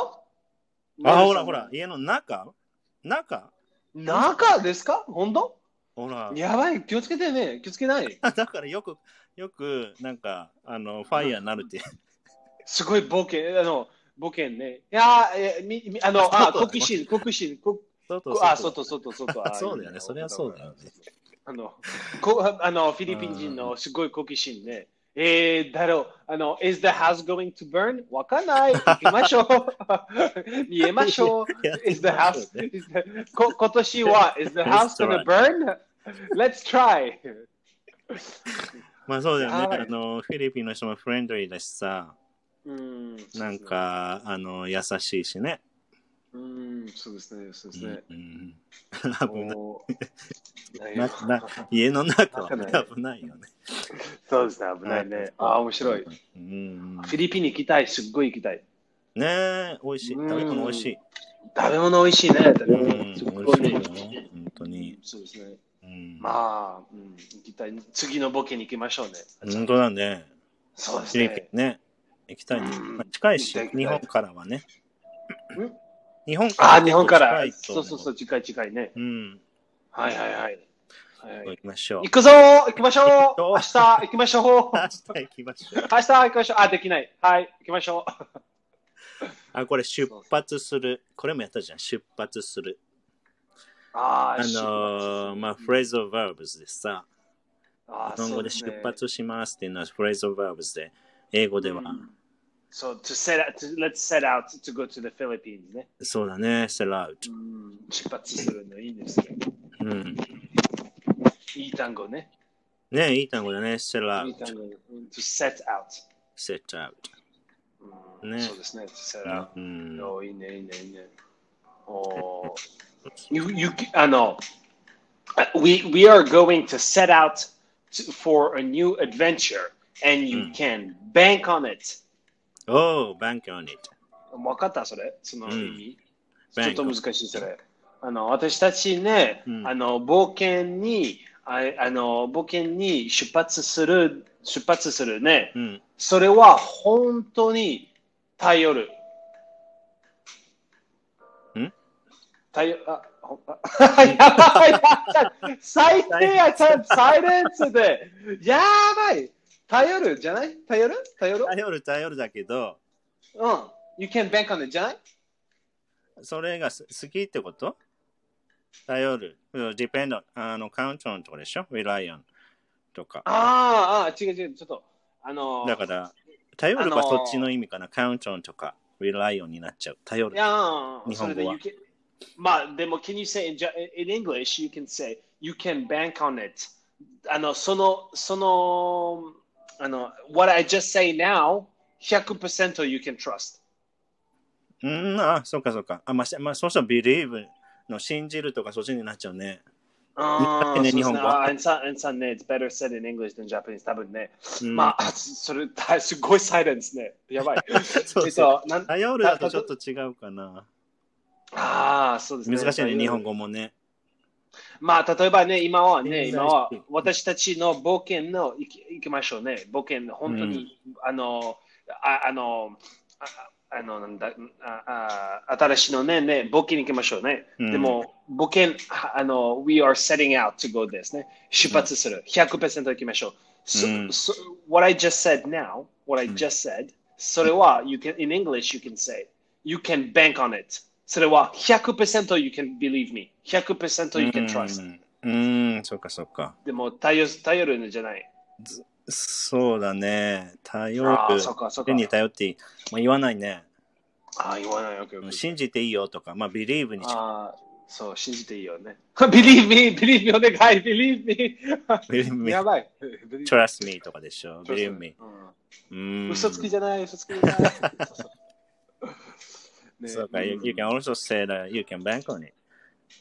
[SPEAKER 2] あ、ほらほら、。家の中中
[SPEAKER 1] 中ですか本当
[SPEAKER 2] ほら。
[SPEAKER 1] やばい、気をつけてね、気をつけない。
[SPEAKER 2] だからよく、よく、なんか、あの、ファイヤーなるって。
[SPEAKER 1] すごい冒険、あの、冒険ね。いやー、えみみあの、あ、
[SPEAKER 2] 外だね
[SPEAKER 1] 好奇心、好奇心、こ
[SPEAKER 2] そう
[SPEAKER 1] こあ、外、外、外。あ
[SPEAKER 2] そうだよね
[SPEAKER 1] いい
[SPEAKER 2] それはそうだよね。
[SPEAKER 1] あの、こあのフィリピン人のすごい好奇心ね。えー、だろう、あの、is the house going to burn? わかんない。行きましょう。 見えましょう。is the house, is the, こ今年は、is the house gonna burn? Let's try.
[SPEAKER 2] まあそうだよ
[SPEAKER 1] やばい
[SPEAKER 2] ね。あの、フィリピンの人もフレンドリーだしさ、
[SPEAKER 1] うん、
[SPEAKER 2] なん、か、あの、優しいしね。
[SPEAKER 1] うん、そうですね、そうですね。
[SPEAKER 2] うんうん、 危ない。
[SPEAKER 1] もうないよ
[SPEAKER 2] なな家の中は
[SPEAKER 1] 危ない
[SPEAKER 2] 危ないよね。
[SPEAKER 1] そうですね、危ないね。ああ、面白い。フ
[SPEAKER 2] うん。
[SPEAKER 1] ィリピンに行きたい、すっごい行きたい。
[SPEAKER 2] ねえ、美味しい。
[SPEAKER 1] うん
[SPEAKER 2] 食べ物美味しい。
[SPEAKER 1] 食べ物美味しいね、食べ
[SPEAKER 2] うん、
[SPEAKER 1] 物。すっ
[SPEAKER 2] 美
[SPEAKER 1] ごい
[SPEAKER 2] 味しい
[SPEAKER 1] ね
[SPEAKER 2] よ。。本当に。
[SPEAKER 1] そうですね。
[SPEAKER 2] うん、
[SPEAKER 1] まあ、うん、行きたい。次のボケに行きましょうね。
[SPEAKER 2] 本当だね。
[SPEAKER 1] そうで
[SPEAKER 2] フ
[SPEAKER 1] す
[SPEAKER 2] ィリピ
[SPEAKER 1] ね。
[SPEAKER 2] ンね。行きたいね。
[SPEAKER 1] うん
[SPEAKER 2] まあ近いし
[SPEAKER 1] 行き、たい
[SPEAKER 2] 日本からはね
[SPEAKER 1] うん。
[SPEAKER 2] 日本から
[SPEAKER 1] ああ、日本から。
[SPEAKER 2] 結
[SPEAKER 1] そ
[SPEAKER 2] 構近いと思
[SPEAKER 1] うそうそう、近い近いね。
[SPEAKER 2] うん。
[SPEAKER 1] はいはいはい。はい
[SPEAKER 2] 行きましょう
[SPEAKER 1] 行。くぞー行きましょう
[SPEAKER 2] 行くぞ
[SPEAKER 1] 明日行きま しょう
[SPEAKER 2] 明日行きましょう。
[SPEAKER 1] 明日行きましょうあ、できない。はい、行きましょう。
[SPEAKER 2] あ、これ出発する。これもやったじゃん。出発する。
[SPEAKER 1] あ
[SPEAKER 2] あ
[SPEAKER 1] ー
[SPEAKER 2] のー、まあ、フレーズオブバーブスでさ、
[SPEAKER 1] あー
[SPEAKER 2] 日本語で
[SPEAKER 1] そ
[SPEAKER 2] 出
[SPEAKER 1] うすね
[SPEAKER 2] 発しますっていうのはフレーズオブバーブスで、英語では、
[SPEAKER 1] So to set out, to, let's set out to go to the Philippines ね。
[SPEAKER 2] そうだね、セラウト。
[SPEAKER 1] 出発するのいいですね。
[SPEAKER 2] うん。
[SPEAKER 1] いい単語ね。
[SPEAKER 2] ねいい単語だね、セラ
[SPEAKER 1] い
[SPEAKER 2] ウ
[SPEAKER 1] い
[SPEAKER 2] ト。
[SPEAKER 1] 単語。うん to set out。
[SPEAKER 2] セットアウ
[SPEAKER 1] うん
[SPEAKER 2] ね
[SPEAKER 1] そうですね。to set
[SPEAKER 2] ト
[SPEAKER 1] out。。
[SPEAKER 2] うん。
[SPEAKER 1] おーいいね、いいね、いいね。おー you, you, ca- あの、we, we are going to set out to, for a new adventure and you
[SPEAKER 2] うん
[SPEAKER 1] can bank on it.
[SPEAKER 2] おー、バンクオンイット。
[SPEAKER 1] わかったそれその意味、
[SPEAKER 2] うん
[SPEAKER 1] ちょっと難しいそれ。あの私たちね、
[SPEAKER 2] うん
[SPEAKER 1] あの冒険にああの冒険に出発する出発するね、
[SPEAKER 2] うん。
[SPEAKER 1] それは本当に頼る。
[SPEAKER 2] ん
[SPEAKER 1] 頼あ ほあやばいやばい最低やちゃんサイレンスでやばい頼るじゃない頼る頼る
[SPEAKER 2] 頼る頼るだけど、
[SPEAKER 1] うん。You can bank on it じゃない
[SPEAKER 2] それがす好きってこと頼る。うん depend on、あの、カウント on とかでしょ ?rely on とか。
[SPEAKER 1] あーあー、違う違う、ちょっと、あのー、
[SPEAKER 2] だから、頼る
[SPEAKER 1] あの
[SPEAKER 2] は
[SPEAKER 1] ー
[SPEAKER 2] そっちの意味かな。カウント on とか、rely on になっちゃう。頼る
[SPEAKER 1] い。やー
[SPEAKER 2] 日
[SPEAKER 1] そ
[SPEAKER 2] 本
[SPEAKER 1] れで
[SPEAKER 2] 語は
[SPEAKER 1] you can, まあ、でも、can you say in, Ja- in English, you can say, you can bank on it. あの、その、その、あの、what I just say now, 100% you can trust.
[SPEAKER 2] うん、あ、そうかそうか。あ、まあ、しまあ、そうしたら believe の信じるとかそっちになっちゃうね。
[SPEAKER 1] あー
[SPEAKER 2] ね
[SPEAKER 1] そうです
[SPEAKER 2] 日本
[SPEAKER 1] ね
[SPEAKER 2] 語
[SPEAKER 1] あー、エンさん、エンさんね、it's better said in English than Japanese, 多分ね。
[SPEAKER 2] うん、
[SPEAKER 1] まあ、それ、 だすごいサイレンスね。やばい。
[SPEAKER 2] そう
[SPEAKER 1] えっ
[SPEAKER 2] そう。
[SPEAKER 1] と、なん
[SPEAKER 2] 頼るだとちょっと違うかな。
[SPEAKER 1] ああ、そうですね。
[SPEAKER 2] 難しいね、日本
[SPEAKER 1] 語
[SPEAKER 2] 語もね。
[SPEAKER 1] まあ、例えばね、今は
[SPEAKER 2] う
[SPEAKER 1] ね、
[SPEAKER 2] ん
[SPEAKER 1] 今は
[SPEAKER 2] うん
[SPEAKER 1] 私たちの冒険の行き行きましょうね。冒険の本当に、あの、ああの、ああの、なんだ、ああ新しいのねね、冒険に行きましょうね。
[SPEAKER 2] うん
[SPEAKER 1] でも、冒険、ああの、we are setting out to go ですね。出発する。100%行きましょう。So,
[SPEAKER 2] うん
[SPEAKER 1] so, what I just said now, what I
[SPEAKER 2] うん
[SPEAKER 1] just said, それは、you can, in English, you can say, you can bank on it. それは100% you can believe me. 100% you can trust.
[SPEAKER 2] うんうん、そっかそっか。
[SPEAKER 1] でも頼、頼るんじゃない。
[SPEAKER 2] そうだね。頼る
[SPEAKER 1] あ。あ、そっか、そっか
[SPEAKER 2] 手。に頼っていい。まあ、言わないね。
[SPEAKER 1] ああ、言わないわけよ。
[SPEAKER 2] 信じていいよとか、まあ、ビリーブに近い
[SPEAKER 1] ああ、そう、信じていいよね。believe me, believe me, お願い、believe me.
[SPEAKER 2] Believe me.
[SPEAKER 1] やばい。
[SPEAKER 2] Trust me とかでし
[SPEAKER 1] そ
[SPEAKER 2] ょ。
[SPEAKER 1] うそう
[SPEAKER 2] Believe me.
[SPEAKER 1] うん
[SPEAKER 2] うーん
[SPEAKER 1] 嘘つきじゃない、嘘つきじゃない。そうそうね
[SPEAKER 2] そうか、you,
[SPEAKER 1] ん
[SPEAKER 2] you can also say that you can bank on it.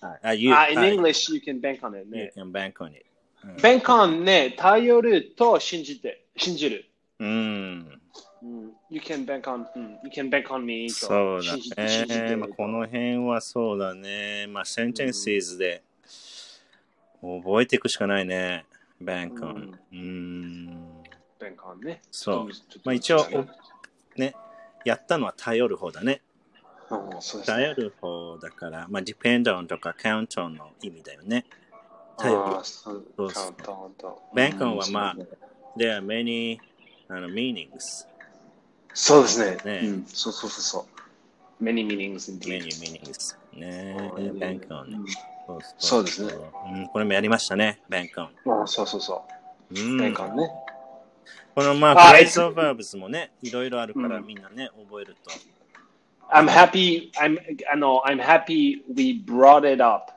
[SPEAKER 2] あ、あ you,
[SPEAKER 1] あ、in
[SPEAKER 2] はい
[SPEAKER 1] English, you can bank on it
[SPEAKER 2] you
[SPEAKER 1] ね。
[SPEAKER 2] can bank on it. うん
[SPEAKER 1] bank on ね、頼ると信じて、信じる。
[SPEAKER 2] うん。
[SPEAKER 1] うん、you can bank on,、うん、you can bank on me と
[SPEAKER 2] そうだ
[SPEAKER 1] 信じて信じて
[SPEAKER 2] ね。まあ、この辺はそうだね。まあ、センテンシーズで覚えていくしかないね。bank on. うーん。
[SPEAKER 1] bank on ね。
[SPEAKER 2] そう
[SPEAKER 1] ちょっと。
[SPEAKER 2] まあ一応ね、やったのは頼る方だね。
[SPEAKER 1] うんそうですね
[SPEAKER 2] 頼る方だから、まあ、depend on とか count on の意味だよね。頼る
[SPEAKER 1] ああ、そう
[SPEAKER 2] そう
[SPEAKER 1] カウン
[SPEAKER 2] そ
[SPEAKER 1] ト、カウント。
[SPEAKER 2] bank on はまあ
[SPEAKER 1] うん
[SPEAKER 2] There are many あの meanings.
[SPEAKER 1] そうですね。
[SPEAKER 2] ね
[SPEAKER 1] うん、そうそうそうそう。many meanings indeed.
[SPEAKER 2] many meanings. ね
[SPEAKER 1] うん
[SPEAKER 2] え、バンコンね。そう
[SPEAKER 1] そうですね
[SPEAKER 2] うん、これもやりましたね、バンコン。
[SPEAKER 1] うん、そうそうそう。
[SPEAKER 2] うん、
[SPEAKER 1] ベーコンね。
[SPEAKER 2] このま
[SPEAKER 1] あ
[SPEAKER 2] あ、フレーズオブバーブスもね、いろいろあるから
[SPEAKER 1] うん
[SPEAKER 2] みんなね、覚えると。
[SPEAKER 1] I'm happy, I'm, あの、I'm happy we brought it up.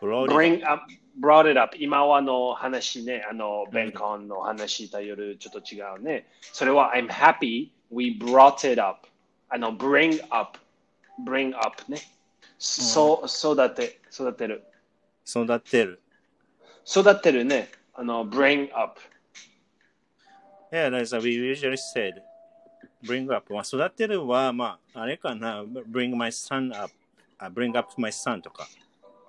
[SPEAKER 2] ブローリー
[SPEAKER 1] Bring up, brought it up. 今はの話ね、あの、ベーコンの話と夜ちょっと違うね。それは、I'm happy we brought it up. あの、bring up, bring up ね。そう、育て、育てる。
[SPEAKER 2] 育てる。
[SPEAKER 1] 育てるね。あの、bring up.
[SPEAKER 2] Yeah, that's what we usually said. Bring up. まあ、育てるは、まあ、あれかな、bring my son up. あ、bring up my son とか。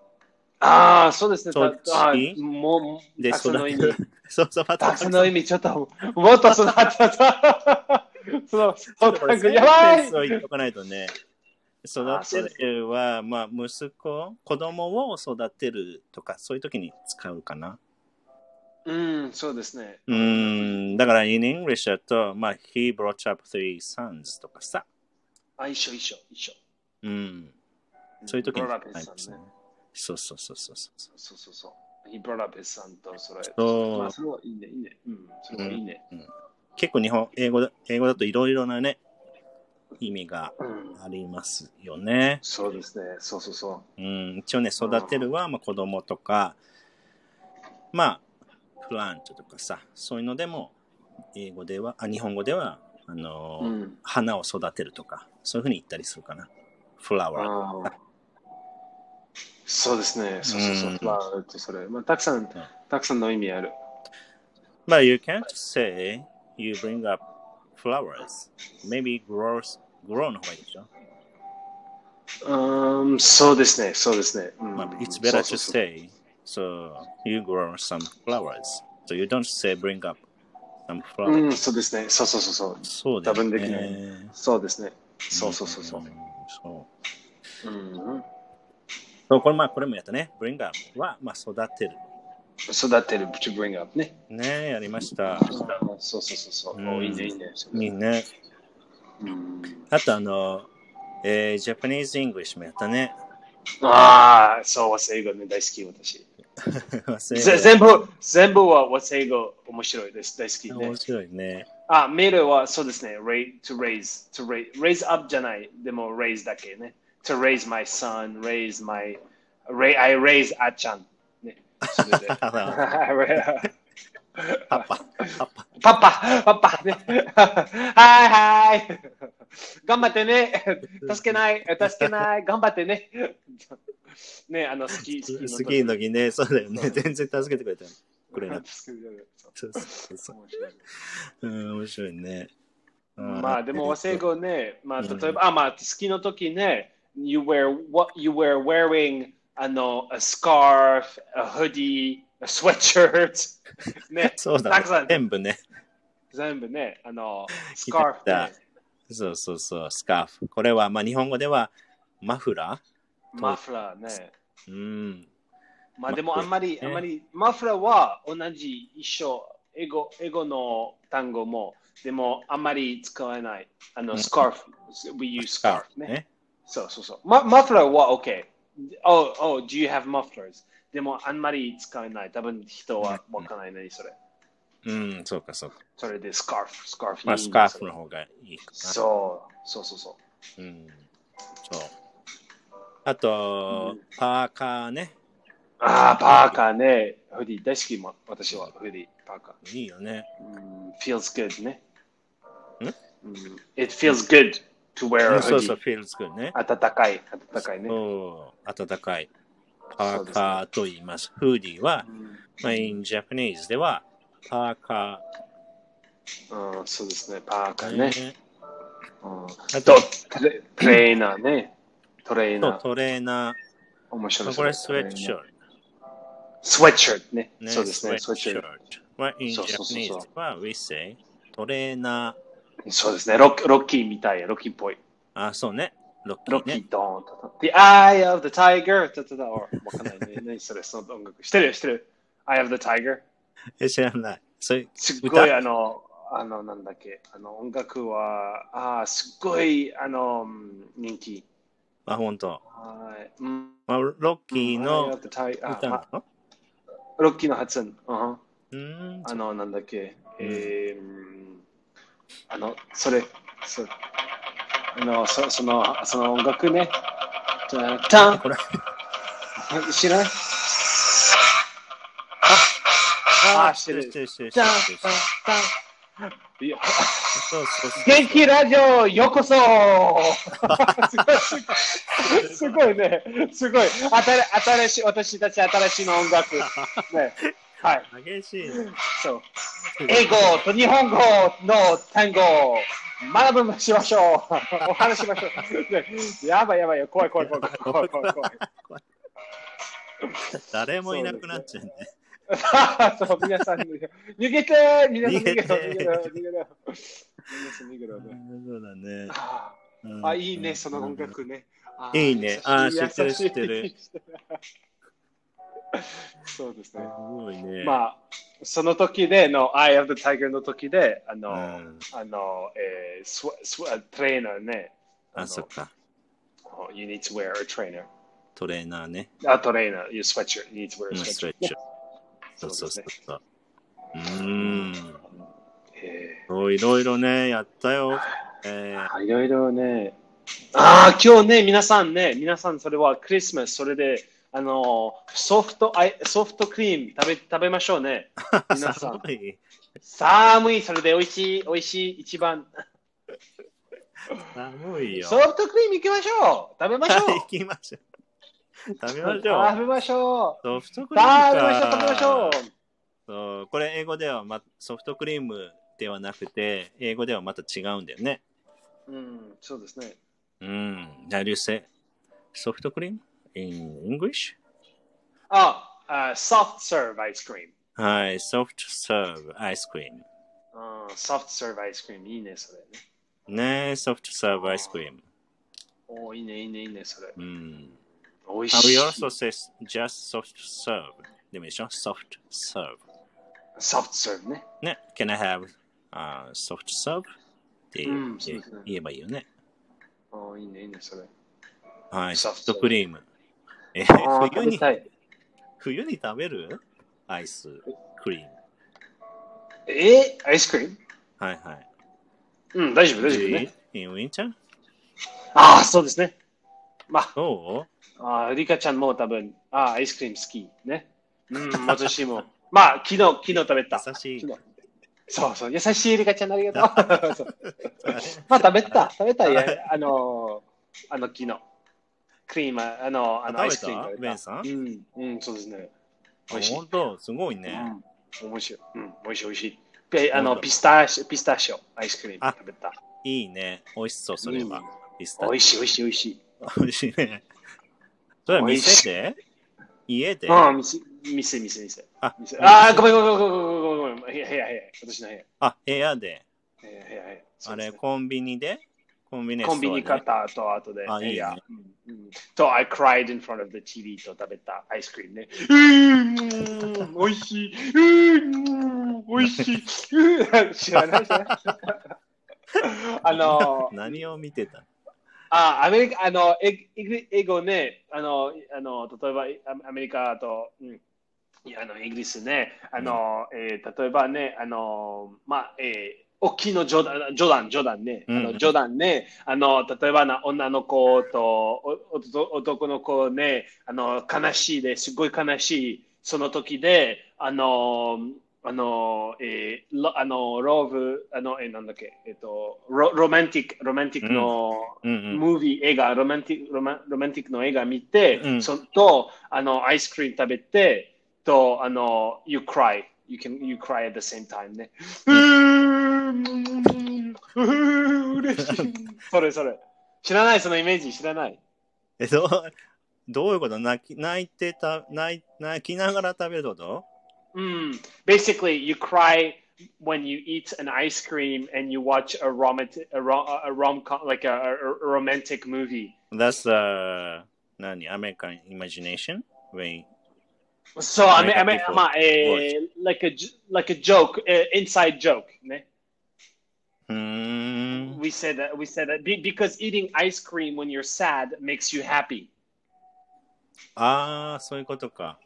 [SPEAKER 1] ああ、そうですね。
[SPEAKER 2] そ
[SPEAKER 1] た
[SPEAKER 2] っち
[SPEAKER 1] あーもう、
[SPEAKER 2] で、
[SPEAKER 1] たくさんの
[SPEAKER 2] 育
[SPEAKER 1] 意
[SPEAKER 2] て
[SPEAKER 1] 味
[SPEAKER 2] る。。そうそう、ま
[SPEAKER 1] た
[SPEAKER 2] た
[SPEAKER 1] くさんの意味、ちょっと、もっと 育っちゃった。その、オ
[SPEAKER 2] こ
[SPEAKER 1] タ
[SPEAKER 2] れ
[SPEAKER 1] ク、やばい
[SPEAKER 2] そう言っとかないとね。
[SPEAKER 1] あそう
[SPEAKER 2] 育
[SPEAKER 1] です
[SPEAKER 2] てるは、まあ、息子、子供を育てるとか、そういう時に使うかな。
[SPEAKER 1] うん、そうですね。
[SPEAKER 2] うーん、だから、in English だと、まあ、he brought up three sons とかさ。
[SPEAKER 1] あ、一緒、一緒、一緒。
[SPEAKER 2] うん、そういう時に
[SPEAKER 1] に。ブロラペ
[SPEAKER 2] 使い
[SPEAKER 1] さん
[SPEAKER 2] ま
[SPEAKER 1] ね。
[SPEAKER 2] すね。そうそうそうそうそう。
[SPEAKER 1] そうそうそう。ヒブロラペさんとそれ。
[SPEAKER 2] そう
[SPEAKER 1] まあ、それはいいね、いいね。うん、それはいいね。
[SPEAKER 2] 結構日本、英語だ英語だといろいろなね、意味が
[SPEAKER 1] うん。
[SPEAKER 2] ありますよね。
[SPEAKER 1] そうですね。そうそうそう。
[SPEAKER 2] うん、一応ね、育てるは、まあ、子供とか、まあ、プラントとかさ、そういうのでも、英語では、あ、日本語では、あのー
[SPEAKER 1] うん。
[SPEAKER 2] 花を育てるとか、そういうふうに言ったりするかな。フラワー。
[SPEAKER 1] あーそうですね。そうそうそう
[SPEAKER 2] うん。
[SPEAKER 1] まあ、えっとそれ。まあ、たくさん、たくさんの意味ある。
[SPEAKER 2] まあ、you can't say you bring up flowers. Maybe grows, grow の方がいいでしょ。
[SPEAKER 1] うん、そうですね。そうですね。うん
[SPEAKER 2] まあ、it's better
[SPEAKER 1] そ
[SPEAKER 2] to
[SPEAKER 1] うそうそう
[SPEAKER 2] say, so you grow some flowers. So you don't say bring up some
[SPEAKER 1] う
[SPEAKER 2] flowers. eh,
[SPEAKER 1] ん、そうですね。そうそうそうそう。
[SPEAKER 2] そうだよ
[SPEAKER 1] 多分
[SPEAKER 2] ね。
[SPEAKER 1] できないそうですね。そうそうそうそう
[SPEAKER 2] うん。そう
[SPEAKER 1] うん、
[SPEAKER 2] そうこれまあこれもやったね。Bring up は、まあ、育てる。
[SPEAKER 1] 育てる、to bring up ね。
[SPEAKER 2] ねえ、やりました。
[SPEAKER 1] うんそうそうそうそう。
[SPEAKER 2] うん
[SPEAKER 1] おいいね、いいね。それ
[SPEAKER 2] いいね。
[SPEAKER 1] うん
[SPEAKER 2] あとあの、えー、ジャパニーズ・イングリッシュもやったね。
[SPEAKER 1] ああ、そう、和製英語ね、大好き、私。
[SPEAKER 2] 忘れ
[SPEAKER 1] ぜ全部、全部は和製英語面白いです、大好きね
[SPEAKER 2] 面。白いね。
[SPEAKER 1] あ、メールはそうですね、raise, to raise, to raise, raise up じゃない、でも raise だけね。to raise my son, raise my, ra I raise あちゃん。ね、それ で
[SPEAKER 2] パパ、パパ。
[SPEAKER 1] パパ、パパね。はいはい。頑張って ね。助けない、助けない、頑張ってね。ね、あの、スキー、 スキーの時
[SPEAKER 2] スキーの時ね、そうだよね
[SPEAKER 1] そ。う
[SPEAKER 2] 全然助けてくれた。くれなかった。
[SPEAKER 1] 助けてくれなかった
[SPEAKER 2] そうそうそう。
[SPEAKER 1] 面白い
[SPEAKER 2] うん、面白いね。うん
[SPEAKER 1] まあ、でも、和製英。語ね、まあ、
[SPEAKER 2] うん
[SPEAKER 1] 例えば、あ、まあ、スキーの時ね、you were, what, you were wearing, あの、a scarf, a hoodie, a sweatshirt. ね、
[SPEAKER 2] そうだ
[SPEAKER 1] たくさ
[SPEAKER 2] ね
[SPEAKER 1] ん。
[SPEAKER 2] 全部ね。
[SPEAKER 1] 全部ね、あの、ス
[SPEAKER 2] 聞いてみ
[SPEAKER 1] カーフ、
[SPEAKER 2] たそうそうそう、スカーフ。これは、まあ、日本語ではマフラー
[SPEAKER 1] マフラーね。
[SPEAKER 2] うん。
[SPEAKER 1] まあでもあんまり、
[SPEAKER 2] ね
[SPEAKER 1] あんまり、マフラーは同じ一緒、英語、英語の単語も、でもあんまり使わない。あ
[SPEAKER 2] う
[SPEAKER 1] の、
[SPEAKER 2] ん
[SPEAKER 1] スカーフ、we use スカーフね。
[SPEAKER 2] ね。
[SPEAKER 1] そうそうそう。ママフラーは OK。Oh, oh, do you have mufflers? でもあんまり使わない。多分人はわからないね、それ。
[SPEAKER 2] うん、そうか、そうか。
[SPEAKER 1] それでスカーフ、スカーフいい
[SPEAKER 2] ま
[SPEAKER 1] ね。
[SPEAKER 2] あ、スカーフの方がいいかな。
[SPEAKER 1] そうそうそうそう。
[SPEAKER 2] う。ん。そう。あと、パーカーね。
[SPEAKER 1] ああ、パーカーね。フーディー大好きも、私はフーディー、パーカー。
[SPEAKER 2] いいよね。
[SPEAKER 1] うん feels good ね。
[SPEAKER 2] ん
[SPEAKER 1] うん It feels good to wear
[SPEAKER 2] う
[SPEAKER 1] a
[SPEAKER 2] んそうそう、
[SPEAKER 1] hoodie.
[SPEAKER 2] フィールズくんね。
[SPEAKER 1] 暖かい、暖かいね。
[SPEAKER 2] そう、暖かい。パーカーと言います。フーディーは、まあ、in Japanese では、パーカ
[SPEAKER 1] うん、うんそうですね、パーカー
[SPEAKER 2] ー
[SPEAKER 1] ね。
[SPEAKER 2] ね。
[SPEAKER 1] うん
[SPEAKER 2] あ
[SPEAKER 1] と
[SPEAKER 2] と、
[SPEAKER 1] トレトレーナーね。トレー
[SPEAKER 2] そう
[SPEAKER 1] ナー。
[SPEAKER 2] トレーナ
[SPEAKER 1] 面
[SPEAKER 2] ー。ま
[SPEAKER 1] 白
[SPEAKER 2] あ
[SPEAKER 1] い。
[SPEAKER 2] これ、スウェットショ
[SPEAKER 1] ート。
[SPEAKER 2] ー
[SPEAKER 1] スウェットシャツね。
[SPEAKER 2] ト。
[SPEAKER 1] そうですね、ス
[SPEAKER 2] ス
[SPEAKER 1] ウェット
[SPEAKER 2] ウェット
[SPEAKER 1] シ
[SPEAKER 2] シ
[SPEAKER 1] ャ
[SPEAKER 2] ョー
[SPEAKER 1] ツ。
[SPEAKER 2] ト。は、in
[SPEAKER 1] そうそうそう
[SPEAKER 2] Japanese
[SPEAKER 1] そう
[SPEAKER 2] は、we say、トレーナー。
[SPEAKER 1] そうですね、ロッキーロッキーみたい、ロッキーっぽい。
[SPEAKER 2] あ、そうね。ロ
[SPEAKER 1] ロ
[SPEAKER 2] ッ
[SPEAKER 1] ッキ
[SPEAKER 2] キーね
[SPEAKER 1] ー。ドーンタタ The Eye of the Tiger! タタタわかん ないね。何それ、その音楽。してるよ、してる。Eye of the Tiger!
[SPEAKER 2] え、知らない。それ、
[SPEAKER 1] すっごい
[SPEAKER 2] 歌
[SPEAKER 1] あの、あの、なんだっけ、あの音楽は、あーすっごいあの、うん人気。
[SPEAKER 2] あ、本当。
[SPEAKER 1] はい。うん、
[SPEAKER 2] まあ、ロッキー
[SPEAKER 1] あやっ
[SPEAKER 2] の
[SPEAKER 1] ぱたいあ
[SPEAKER 2] 歌な
[SPEAKER 1] あ
[SPEAKER 2] の
[SPEAKER 1] ロッキーの発音。うん
[SPEAKER 2] うーん。
[SPEAKER 1] あの、なんだっけ、えーうんあの、それ、それあのそその、その音楽ね。タンタン
[SPEAKER 2] これ、
[SPEAKER 1] 知らんあ、あ、してる。
[SPEAKER 2] してるしてるして
[SPEAKER 1] タン
[SPEAKER 2] る
[SPEAKER 1] タンタンいや
[SPEAKER 2] そうそうそう
[SPEAKER 1] 元気ラジオよう こそすごいすごいね、すごい。新新しい、私たち新しいの音楽。ね、はい、
[SPEAKER 2] 激しいね。
[SPEAKER 1] そう。英語と日本語の単語を学びましょう。お話ししましょう。ねやばいやばいよ、怖い怖い怖い怖い怖い怖い。
[SPEAKER 2] 誰もいなくなっちゃうね。
[SPEAKER 1] そう、皆さん、逃げて皆さん逃げろ、逃げろ、逃げろ。皆さん逃げろ
[SPEAKER 2] う
[SPEAKER 1] ね。
[SPEAKER 2] んそうだね。うん
[SPEAKER 1] あ、いいね、その音。楽ね。あ
[SPEAKER 2] いいねあ知ってる。
[SPEAKER 1] 優しい
[SPEAKER 2] 知っ
[SPEAKER 1] 優しいそうです
[SPEAKER 2] す
[SPEAKER 1] ね。
[SPEAKER 2] ごいね。
[SPEAKER 1] まあ、その時での、Eye of the Tiger の時で、あの、
[SPEAKER 2] うん
[SPEAKER 1] あの、えー、スワスワトレーナーね。
[SPEAKER 2] あ、そっか。
[SPEAKER 1] の。You need to wear a trainer.
[SPEAKER 2] トレーナーね。
[SPEAKER 1] あ、トレーナー、you sweatshirt. You need to wear
[SPEAKER 2] う
[SPEAKER 1] a
[SPEAKER 2] ん
[SPEAKER 1] sweatshirt.
[SPEAKER 2] ストレッチを。そうそうそうそう。うーん。
[SPEAKER 1] え
[SPEAKER 2] そういろいろね、やったよ。えー
[SPEAKER 1] ーいろいろね。ああ、今日ね、皆さんね、皆さんそれはクリスマス、それで、あの、ソフトアイ、ソフトクリーム食べ、食べましょう ね。皆さん
[SPEAKER 2] 寒い。
[SPEAKER 1] 寒い、それで美味しい、美味しい、一番。
[SPEAKER 2] 寒いよ。
[SPEAKER 1] ソフトクリーム行きましょう食べましょう
[SPEAKER 2] 行きましょう。食べましょう
[SPEAKER 1] 食。べましょ
[SPEAKER 2] ソフトク
[SPEAKER 1] う
[SPEAKER 2] リーム
[SPEAKER 1] 食
[SPEAKER 2] か
[SPEAKER 1] べましょう食べましょう
[SPEAKER 2] そうこれ英語では、ま、ソフトクリームではなくて、英語ではまた違うんだよね。
[SPEAKER 1] うん、そうですね。
[SPEAKER 2] うん。How Mm, do you say ソフトクリーム in English?
[SPEAKER 1] あ、あ soft serve ice cream。
[SPEAKER 2] はい、ソフトサーブアイスクリーム。
[SPEAKER 1] うん、soft serve ice cream。いいね、それね。
[SPEAKER 2] ねえ、ソフトサーブアイスクリーム。
[SPEAKER 1] おーいいね、いいね、いいね、それ。
[SPEAKER 2] うん。
[SPEAKER 1] 美味
[SPEAKER 2] And
[SPEAKER 1] し
[SPEAKER 2] we
[SPEAKER 1] い。
[SPEAKER 2] also say just soft serve. でも一緒ソフトサーブ。
[SPEAKER 1] soft serve ね。
[SPEAKER 2] ね、can I have、uh, soft serve? っていう
[SPEAKER 1] うんそうですね
[SPEAKER 2] 言えばいいよね。
[SPEAKER 1] おーいいね、いいね、それ。
[SPEAKER 2] はい、
[SPEAKER 1] ソ
[SPEAKER 2] ソ
[SPEAKER 1] フ
[SPEAKER 2] フ
[SPEAKER 1] ト
[SPEAKER 2] トク リーム。え
[SPEAKER 1] あー、
[SPEAKER 2] ー、冬
[SPEAKER 1] 食べ
[SPEAKER 2] に
[SPEAKER 1] たい。
[SPEAKER 2] 冬に食べるアイスクリーム。
[SPEAKER 1] えー、アイスクリーム
[SPEAKER 2] はいはい。
[SPEAKER 1] うん、大丈夫、大丈夫ね。
[SPEAKER 2] えウィンちゃん
[SPEAKER 1] ああ、そうですね。まあ
[SPEAKER 2] ど
[SPEAKER 1] あー、リカちゃんも多分、あーアイスクリーム好き。ね。うん、私も。 まあ、昨日、昨日食べ
[SPEAKER 2] う
[SPEAKER 1] た。
[SPEAKER 2] 優しい
[SPEAKER 1] 昨。日そうそう、優しいリカちゃんありが とう。そう
[SPEAKER 2] あれ
[SPEAKER 1] まあ、食べた、食べた、いや、あのー、あの、昨日。クリーム、あの、あの、ア
[SPEAKER 2] あ
[SPEAKER 1] イス
[SPEAKER 2] 食
[SPEAKER 1] クリーム食べ
[SPEAKER 2] べたベ
[SPEAKER 1] た
[SPEAKER 2] ン。さん
[SPEAKER 1] うん、うん、そうですね。美味しい。
[SPEAKER 2] 本当すごいね。
[SPEAKER 1] うん、美味しい。うん、美味しい、美味しい。で、あの、
[SPEAKER 2] 本当
[SPEAKER 1] ピスタチオ、ピスタチオ、アイスクリーム
[SPEAKER 2] あ
[SPEAKER 1] 食べた。
[SPEAKER 2] いいね。美味しそう、それは。ピスタ
[SPEAKER 1] 美
[SPEAKER 2] チ
[SPEAKER 1] 味しい、美味しい、美味しい。
[SPEAKER 2] オ。美味しいね。それは店で家で
[SPEAKER 1] うん、店、店、店、店。
[SPEAKER 2] あ
[SPEAKER 1] 店あー、ごめん、ごめん、ごめん、ごめん、ごめん、ごめん、部屋、部屋、部屋、私の部屋。
[SPEAKER 2] あ、部屋で。
[SPEAKER 1] 部屋、部屋、部屋。
[SPEAKER 2] あ
[SPEAKER 1] そうで
[SPEAKER 2] れ、
[SPEAKER 1] すね
[SPEAKER 2] コンビニでコンビニエンス
[SPEAKER 1] コン
[SPEAKER 2] ス
[SPEAKER 1] ビ
[SPEAKER 2] ト
[SPEAKER 1] ニ
[SPEAKER 2] アね
[SPEAKER 1] 買った後、後で。
[SPEAKER 2] あいいね
[SPEAKER 1] うんうんと、I mm. cried in front of the TV と食べたアイスクリームね。うーん、おいしい。うーん、おいしい。 うーん知 らない知らない。あの、
[SPEAKER 2] 何を見てた
[SPEAKER 1] あ、アメリカ、あの、えイギ英語ね、あの、あの、例えばいアアメリカと、うん、いやあの、イギリスね、あの、えー例えばね、あの、まあ、えー大きいの冗談、冗談、冗談ね、あ
[SPEAKER 2] う
[SPEAKER 1] の
[SPEAKER 2] ん
[SPEAKER 1] 冗談ね、あの、例えばな女の子とおおと男の子ね、あの、悲しいです、すごい悲しい、その時で、あの、あの、えー、ロあの、ローブ、あの、えーなんだっけ、えっ、と、ロロマンティック、ロマンティックの、
[SPEAKER 2] うんうん。
[SPEAKER 1] ムービー、映画、ロマンティックロマロマンティックの映画見て、
[SPEAKER 2] うん
[SPEAKER 1] そとあのアイスクリーム食べて、と、あの、You cry. You can you cry at the same time ね。うーんうーん嬉しい。それそれ。知らない、そのイメージ知らない。
[SPEAKER 2] え、どう、どういうこと泣き泣いてた泣い、泣きながら食べるってこと
[SPEAKER 1] うん。Basically, you cry when you eat an ice cream and you watch a rom a rom a rom com like a, a, a romantic movie.
[SPEAKER 2] That's uh 何 American imagination? When
[SPEAKER 1] So I mean, I mean,
[SPEAKER 2] American people
[SPEAKER 1] ma, eh, like a j- like a joke, eh, inside joke. ne?
[SPEAKER 2] うーん
[SPEAKER 1] We said that we said that be- because eating ice cream when you're sad makes you happy.
[SPEAKER 2] ああそういうことか。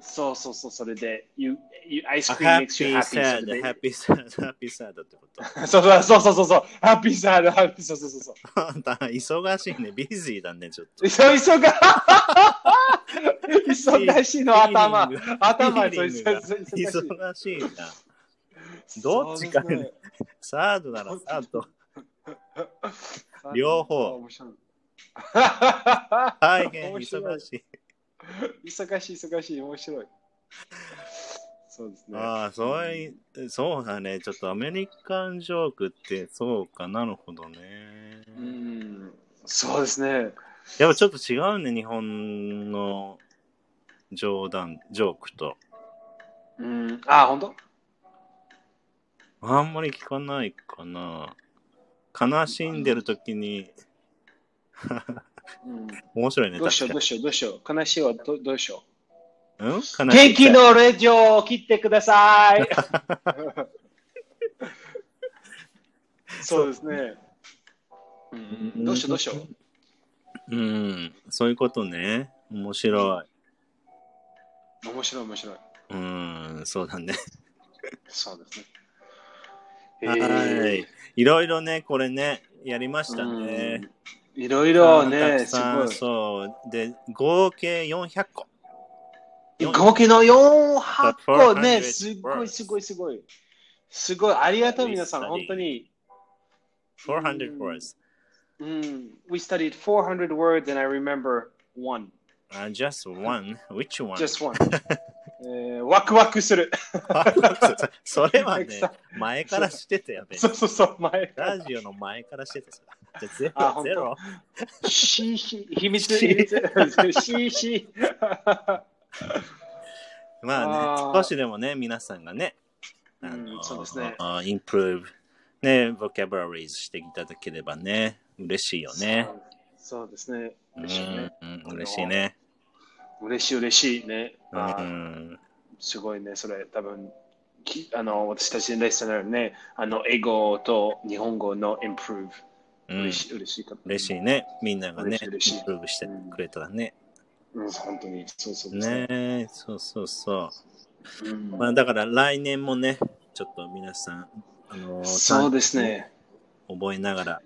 [SPEAKER 1] So so so so that you, you ice
[SPEAKER 2] A
[SPEAKER 1] cream makes you
[SPEAKER 2] happy
[SPEAKER 1] happy.
[SPEAKER 2] sad,
[SPEAKER 1] so, that-
[SPEAKER 2] happy sad, happy sad ってこと。
[SPEAKER 1] so, so so so so so happy sad happy so so so so.
[SPEAKER 2] あんた忙しいね、ビジーだね、ちょっと。
[SPEAKER 1] 急い そが忙しいの頭
[SPEAKER 2] フィーリング
[SPEAKER 1] 頭
[SPEAKER 2] フィー
[SPEAKER 1] そう
[SPEAKER 2] リングが
[SPEAKER 1] 忙しい
[SPEAKER 2] 忙しいな。 どっちか ねサードならサード。両方
[SPEAKER 1] 面白い
[SPEAKER 2] 大変
[SPEAKER 1] 面白い
[SPEAKER 2] 忙しい。
[SPEAKER 1] 忙しい忙しい面白いそうですね
[SPEAKER 2] ああ、そういう、そうだね。ちょっとアメリカンジョークってそうかなるほどね。
[SPEAKER 1] うんそうですね
[SPEAKER 2] やっぱちょっと違うね、日本の冗談、ジョークと。
[SPEAKER 1] うんあ本当
[SPEAKER 2] あんまり聞かないかな。悲しんでる時に、
[SPEAKER 1] うん
[SPEAKER 2] 面白いね、
[SPEAKER 1] どうしよう
[SPEAKER 2] 確
[SPEAKER 1] どう
[SPEAKER 2] かに。
[SPEAKER 1] しようどうしよう悲しいはどどうしよ
[SPEAKER 2] うん悲しいう
[SPEAKER 1] 元気のレジオを切ってください そうですねうんどうしようどうしよう
[SPEAKER 2] うん、そういうことね。面白
[SPEAKER 1] 面白い面白い
[SPEAKER 2] い。うん、そうだね。
[SPEAKER 1] そうですね
[SPEAKER 2] は
[SPEAKER 1] えー
[SPEAKER 2] い。いろいろね、これね、やりましたね。
[SPEAKER 1] うんいろいろ
[SPEAKER 2] た
[SPEAKER 1] ね
[SPEAKER 2] く
[SPEAKER 1] す
[SPEAKER 2] さ
[SPEAKER 1] ご
[SPEAKER 2] ん、
[SPEAKER 1] い
[SPEAKER 2] そう。で、合計400個。
[SPEAKER 1] 合計の4箱ね、
[SPEAKER 2] 400
[SPEAKER 1] すっご
[SPEAKER 2] words
[SPEAKER 1] いすごいすごい。すごい、ありがとう皆さん、
[SPEAKER 2] We studied.
[SPEAKER 1] 本当に。
[SPEAKER 2] 400 words.
[SPEAKER 1] うん、We studied 400 words and I remember one,
[SPEAKER 2] Uh, just one. Which one?
[SPEAKER 1] just one. えーワクワクする。
[SPEAKER 2] それ はね
[SPEAKER 1] Excite-、
[SPEAKER 2] 前からしてたよね。
[SPEAKER 1] そうそうそう、前から
[SPEAKER 2] ラジオの前からしてたさ。じゃあゼ
[SPEAKER 1] あ
[SPEAKER 2] ロ、
[SPEAKER 1] 本当
[SPEAKER 2] ゼロ。
[SPEAKER 1] シーシー、秘密、
[SPEAKER 2] シー
[SPEAKER 1] 秘密、シーシー。
[SPEAKER 2] まあ
[SPEAKER 1] あ
[SPEAKER 2] ね、
[SPEAKER 1] ー
[SPEAKER 2] 少しでもね、皆さんがね、あ
[SPEAKER 1] う
[SPEAKER 2] の、
[SPEAKER 1] んそうですね
[SPEAKER 2] あインプルーブ、ね、ボキャブラリーズしていただければね、嬉しいよね。
[SPEAKER 1] そうですね。
[SPEAKER 2] うん
[SPEAKER 1] 嬉しいね。
[SPEAKER 2] うん嬉しいね。
[SPEAKER 1] 嬉しい、嬉しいね。
[SPEAKER 2] う
[SPEAKER 1] あー
[SPEAKER 2] ん
[SPEAKER 1] すごいね、それ多分きあの私たちのレスナーね、あの英語と日本語の improve、
[SPEAKER 2] うん
[SPEAKER 1] 嬉しい嬉しいかも
[SPEAKER 2] 嬉しいね。みんながね、イ
[SPEAKER 1] 嬉しい嬉し
[SPEAKER 2] ン
[SPEAKER 1] い
[SPEAKER 2] プルーブしてくれたらね。
[SPEAKER 1] うん、本当にそうそうですね。
[SPEAKER 2] ねそうそうそ
[SPEAKER 1] うん
[SPEAKER 2] う。まあだから来年もね、ちょっと皆さん、あの、
[SPEAKER 1] そうですね。
[SPEAKER 2] 覚えながら、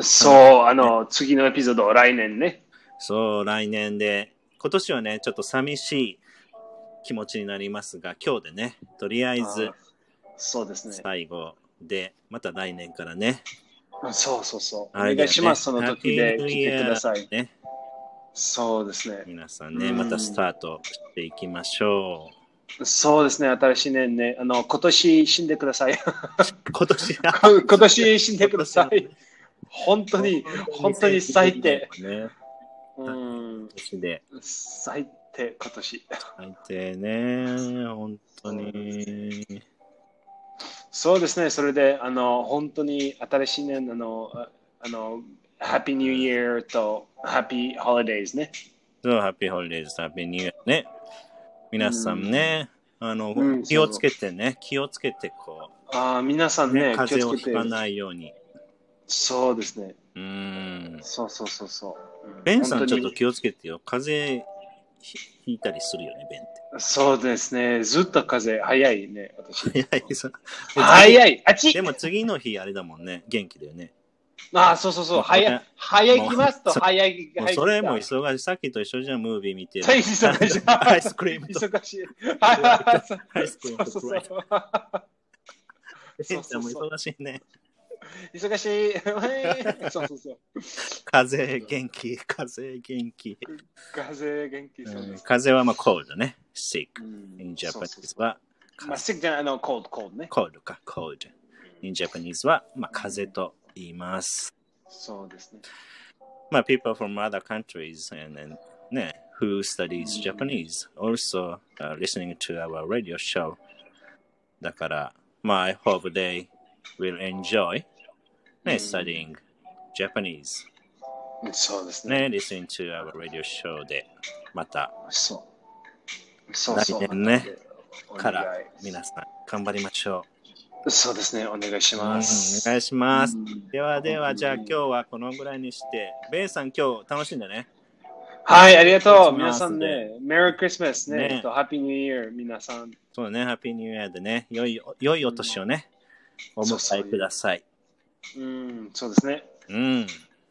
[SPEAKER 1] そう、あの、次のエピソード、来年ね。
[SPEAKER 2] そう、来年で、今年はね、ちょっと寂しい気持ちになりますが、今日でね、とりあえず
[SPEAKER 1] あそうですね。
[SPEAKER 2] 最後で、また来年からね、
[SPEAKER 1] そうそうそう。お
[SPEAKER 2] あ
[SPEAKER 1] 願
[SPEAKER 2] れだよね
[SPEAKER 1] いします、その時で
[SPEAKER 2] Happy New
[SPEAKER 1] 来てください。
[SPEAKER 2] ね、
[SPEAKER 1] そうですね。
[SPEAKER 2] 皆さんね、
[SPEAKER 1] うん
[SPEAKER 2] またスタートしていきましょ
[SPEAKER 1] そうですね、新しい年ね。あの、今年死んでください。
[SPEAKER 2] う。今年、
[SPEAKER 1] 今年死んでくださ い。本当に、本当に最低。
[SPEAKER 2] ね、
[SPEAKER 1] うん
[SPEAKER 2] 今、年で、
[SPEAKER 1] 最低、今年。
[SPEAKER 2] 最低ね、本当に。
[SPEAKER 1] そうですね、それで、あの、本当に新しい年、あの、ああの、Happy New Year と Happy Holidays ね。
[SPEAKER 2] そう、ハッピーホリデーズ、ハッピーニューイヤーね。皆さんね、あの、
[SPEAKER 1] うん
[SPEAKER 2] 気をつけてね、気をつけてこ
[SPEAKER 1] ああ、皆さ
[SPEAKER 2] う、
[SPEAKER 1] ん
[SPEAKER 2] ね
[SPEAKER 1] ね、
[SPEAKER 2] 風邪を
[SPEAKER 1] 気
[SPEAKER 2] ひ
[SPEAKER 1] を
[SPEAKER 2] か
[SPEAKER 1] つけて。
[SPEAKER 2] ないように。
[SPEAKER 1] そうですね。
[SPEAKER 2] うーん。
[SPEAKER 1] そうそうそうそう。う
[SPEAKER 2] ベンさんちょっと
[SPEAKER 1] 本
[SPEAKER 2] 気をつけてよ。風邪ひひいたりする よね、ベンって
[SPEAKER 1] 当にそうですね、ずっと風邪早いね、 私。。
[SPEAKER 2] いやいやそう
[SPEAKER 1] 早いあっち
[SPEAKER 2] でも次の日あれだもんね、元気だよね。
[SPEAKER 1] ああ、そうそうそう、早い、早い来ますと、
[SPEAKER 2] も
[SPEAKER 1] 早い、
[SPEAKER 2] うもう
[SPEAKER 1] 早い来た。
[SPEAKER 2] それも忙しい。さっきと一緒じゃん、ムービー見てる。
[SPEAKER 1] 大事忙しい
[SPEAKER 2] アイスクリームと
[SPEAKER 1] 忙しい。
[SPEAKER 2] アイスクリームと
[SPEAKER 1] そう
[SPEAKER 2] フ
[SPEAKER 1] そ
[SPEAKER 2] ラ
[SPEAKER 1] う
[SPEAKER 2] イ
[SPEAKER 1] そう
[SPEAKER 2] ベンちゃんも忙しいね。
[SPEAKER 1] 忙しい。そうそうそう。
[SPEAKER 2] 風邪元気、風邪元気。
[SPEAKER 1] 風邪元気そう
[SPEAKER 2] う
[SPEAKER 1] で
[SPEAKER 2] ん
[SPEAKER 1] す。
[SPEAKER 2] 風邪はまあコールドね。sick
[SPEAKER 1] う
[SPEAKER 2] in
[SPEAKER 1] んそうそう
[SPEAKER 2] Japanese
[SPEAKER 1] そ
[SPEAKER 2] は
[SPEAKER 1] うまあ、sick じゃない、あの、cold, cold ね。
[SPEAKER 2] コールか、コール。in Japanese はまあ風邪と言います。
[SPEAKER 1] そうですね。
[SPEAKER 2] まあ people from other countries and then ね、who studies Japanese also、uh, listening to our radio show だからまあ I hope they will enjoy ね、
[SPEAKER 1] うん
[SPEAKER 2] studying Japanese
[SPEAKER 1] そうですね。
[SPEAKER 2] ね、listening to our radio show でまた
[SPEAKER 1] そう。そうそう。
[SPEAKER 2] 来年ね
[SPEAKER 1] お願い
[SPEAKER 2] から皆さん頑張りましょう。
[SPEAKER 1] そうですね、お願いし
[SPEAKER 2] うんお願
[SPEAKER 1] ま
[SPEAKER 2] い
[SPEAKER 1] す。
[SPEAKER 2] します。
[SPEAKER 1] うん
[SPEAKER 2] ではでは、じゃあ今日
[SPEAKER 1] は。
[SPEAKER 2] はこのぐらいにして、ベンさん今日楽しんでね。
[SPEAKER 1] い、ありがとう。
[SPEAKER 2] ク
[SPEAKER 1] 皆
[SPEAKER 2] リスマスで
[SPEAKER 1] さんね、Merry Christmas
[SPEAKER 2] ね
[SPEAKER 1] ね、と Happy New Year、皆さん。
[SPEAKER 2] そうだね、ハッピーニューイヤーでね、良い、良いお年をね、お迎えください。
[SPEAKER 1] うん、そうですね。
[SPEAKER 2] うん。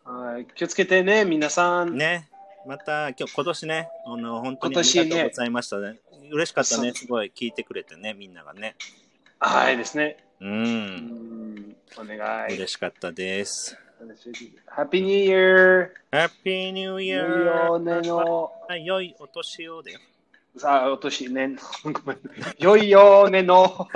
[SPEAKER 1] はい、気をつけてね、皆さん。
[SPEAKER 2] ね、また今日、今年ね、あの、本当に
[SPEAKER 1] 今
[SPEAKER 2] あ
[SPEAKER 1] 年ね
[SPEAKER 2] りがとうございましたね。嬉しかった
[SPEAKER 1] そ
[SPEAKER 2] ね、
[SPEAKER 1] う
[SPEAKER 2] すごい聞いてくれてね、みんながね。
[SPEAKER 1] はいですね。
[SPEAKER 2] う。
[SPEAKER 1] うんん、お願い。
[SPEAKER 2] 嬉しかったです。
[SPEAKER 1] Happy New Year!
[SPEAKER 2] ハッピーニューイ
[SPEAKER 1] い
[SPEAKER 2] ヤ
[SPEAKER 1] よね
[SPEAKER 2] ー。
[SPEAKER 1] の。
[SPEAKER 2] 良いお年をだよ。
[SPEAKER 1] さあ、お年ね。ごめん。よいよね の。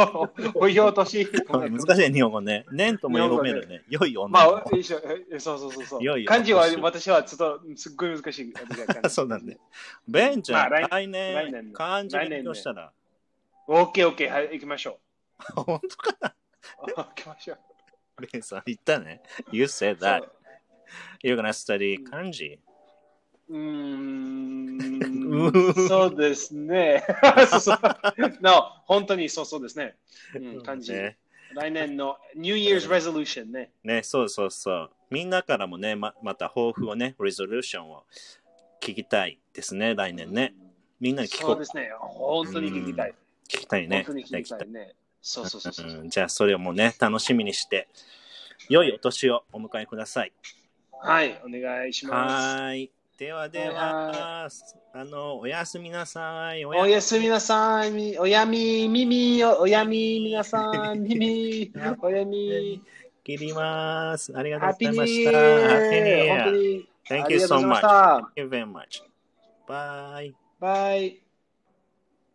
[SPEAKER 1] おいよ年。ごめん
[SPEAKER 2] 難しいね、日本語ね。年とも読めるね。良い
[SPEAKER 1] ま
[SPEAKER 2] 女の
[SPEAKER 1] あ
[SPEAKER 2] 子。、
[SPEAKER 1] 一緒。えそうそうそう。そう
[SPEAKER 2] いよいよ
[SPEAKER 1] 漢字は
[SPEAKER 2] お年
[SPEAKER 1] 私はちょっとすっごい難しい。私は漢字
[SPEAKER 2] そうだね。。ベンちゃん、
[SPEAKER 1] まあ来
[SPEAKER 2] 来
[SPEAKER 1] 来
[SPEAKER 2] 年
[SPEAKER 1] 年、の
[SPEAKER 2] 漢字勉強したら、
[SPEAKER 1] オッケーオッケー。はい、行きましょ
[SPEAKER 2] 本当かな
[SPEAKER 1] う。行きましょう。
[SPEAKER 2] ベンさん、言ったね。You said
[SPEAKER 1] そ
[SPEAKER 2] that.
[SPEAKER 1] う
[SPEAKER 2] You're gonna study 漢字。
[SPEAKER 1] うー
[SPEAKER 2] うーん
[SPEAKER 1] んそうです ね。そうそう。No 本当にそうそうですね。うん、感じ。
[SPEAKER 2] ね。
[SPEAKER 1] 来年の New Year's Resolution ね。
[SPEAKER 2] ね、そうそうそう。みんなからもね、ままた抱負をね、resolution を聞きたいですね、来年ね。みんなに聞こ
[SPEAKER 1] そう
[SPEAKER 2] う。
[SPEAKER 1] ですね。本当に聞きたい。
[SPEAKER 2] 聞きたいね。
[SPEAKER 1] 本当に聞きた
[SPEAKER 2] ね
[SPEAKER 1] いね。そうそうそうそう。
[SPEAKER 2] うんじゃあ、それをもうね、楽しみにして、良いお年をお迎えください。
[SPEAKER 1] はい、お願いします。
[SPEAKER 2] はーい。ではでは、あの、おやすみなさい。お
[SPEAKER 1] おやすみなさい。みおやみ、みみ、おおやみ、みなさん、み み、おやみ。
[SPEAKER 2] 切ります。ありがとう
[SPEAKER 1] ハ
[SPEAKER 2] ご
[SPEAKER 1] ッピ
[SPEAKER 2] ざ
[SPEAKER 1] ー
[SPEAKER 2] い
[SPEAKER 1] ニュ
[SPEAKER 2] ま
[SPEAKER 1] ーイ
[SPEAKER 2] し
[SPEAKER 1] ヤ
[SPEAKER 2] た。
[SPEAKER 1] ー本当に
[SPEAKER 2] Happy tá? New Year. Thank
[SPEAKER 1] あ
[SPEAKER 2] you
[SPEAKER 1] りがとうござ
[SPEAKER 2] so
[SPEAKER 1] いま
[SPEAKER 2] much.
[SPEAKER 1] した。
[SPEAKER 2] Thank you very much. Bye.
[SPEAKER 1] バイ。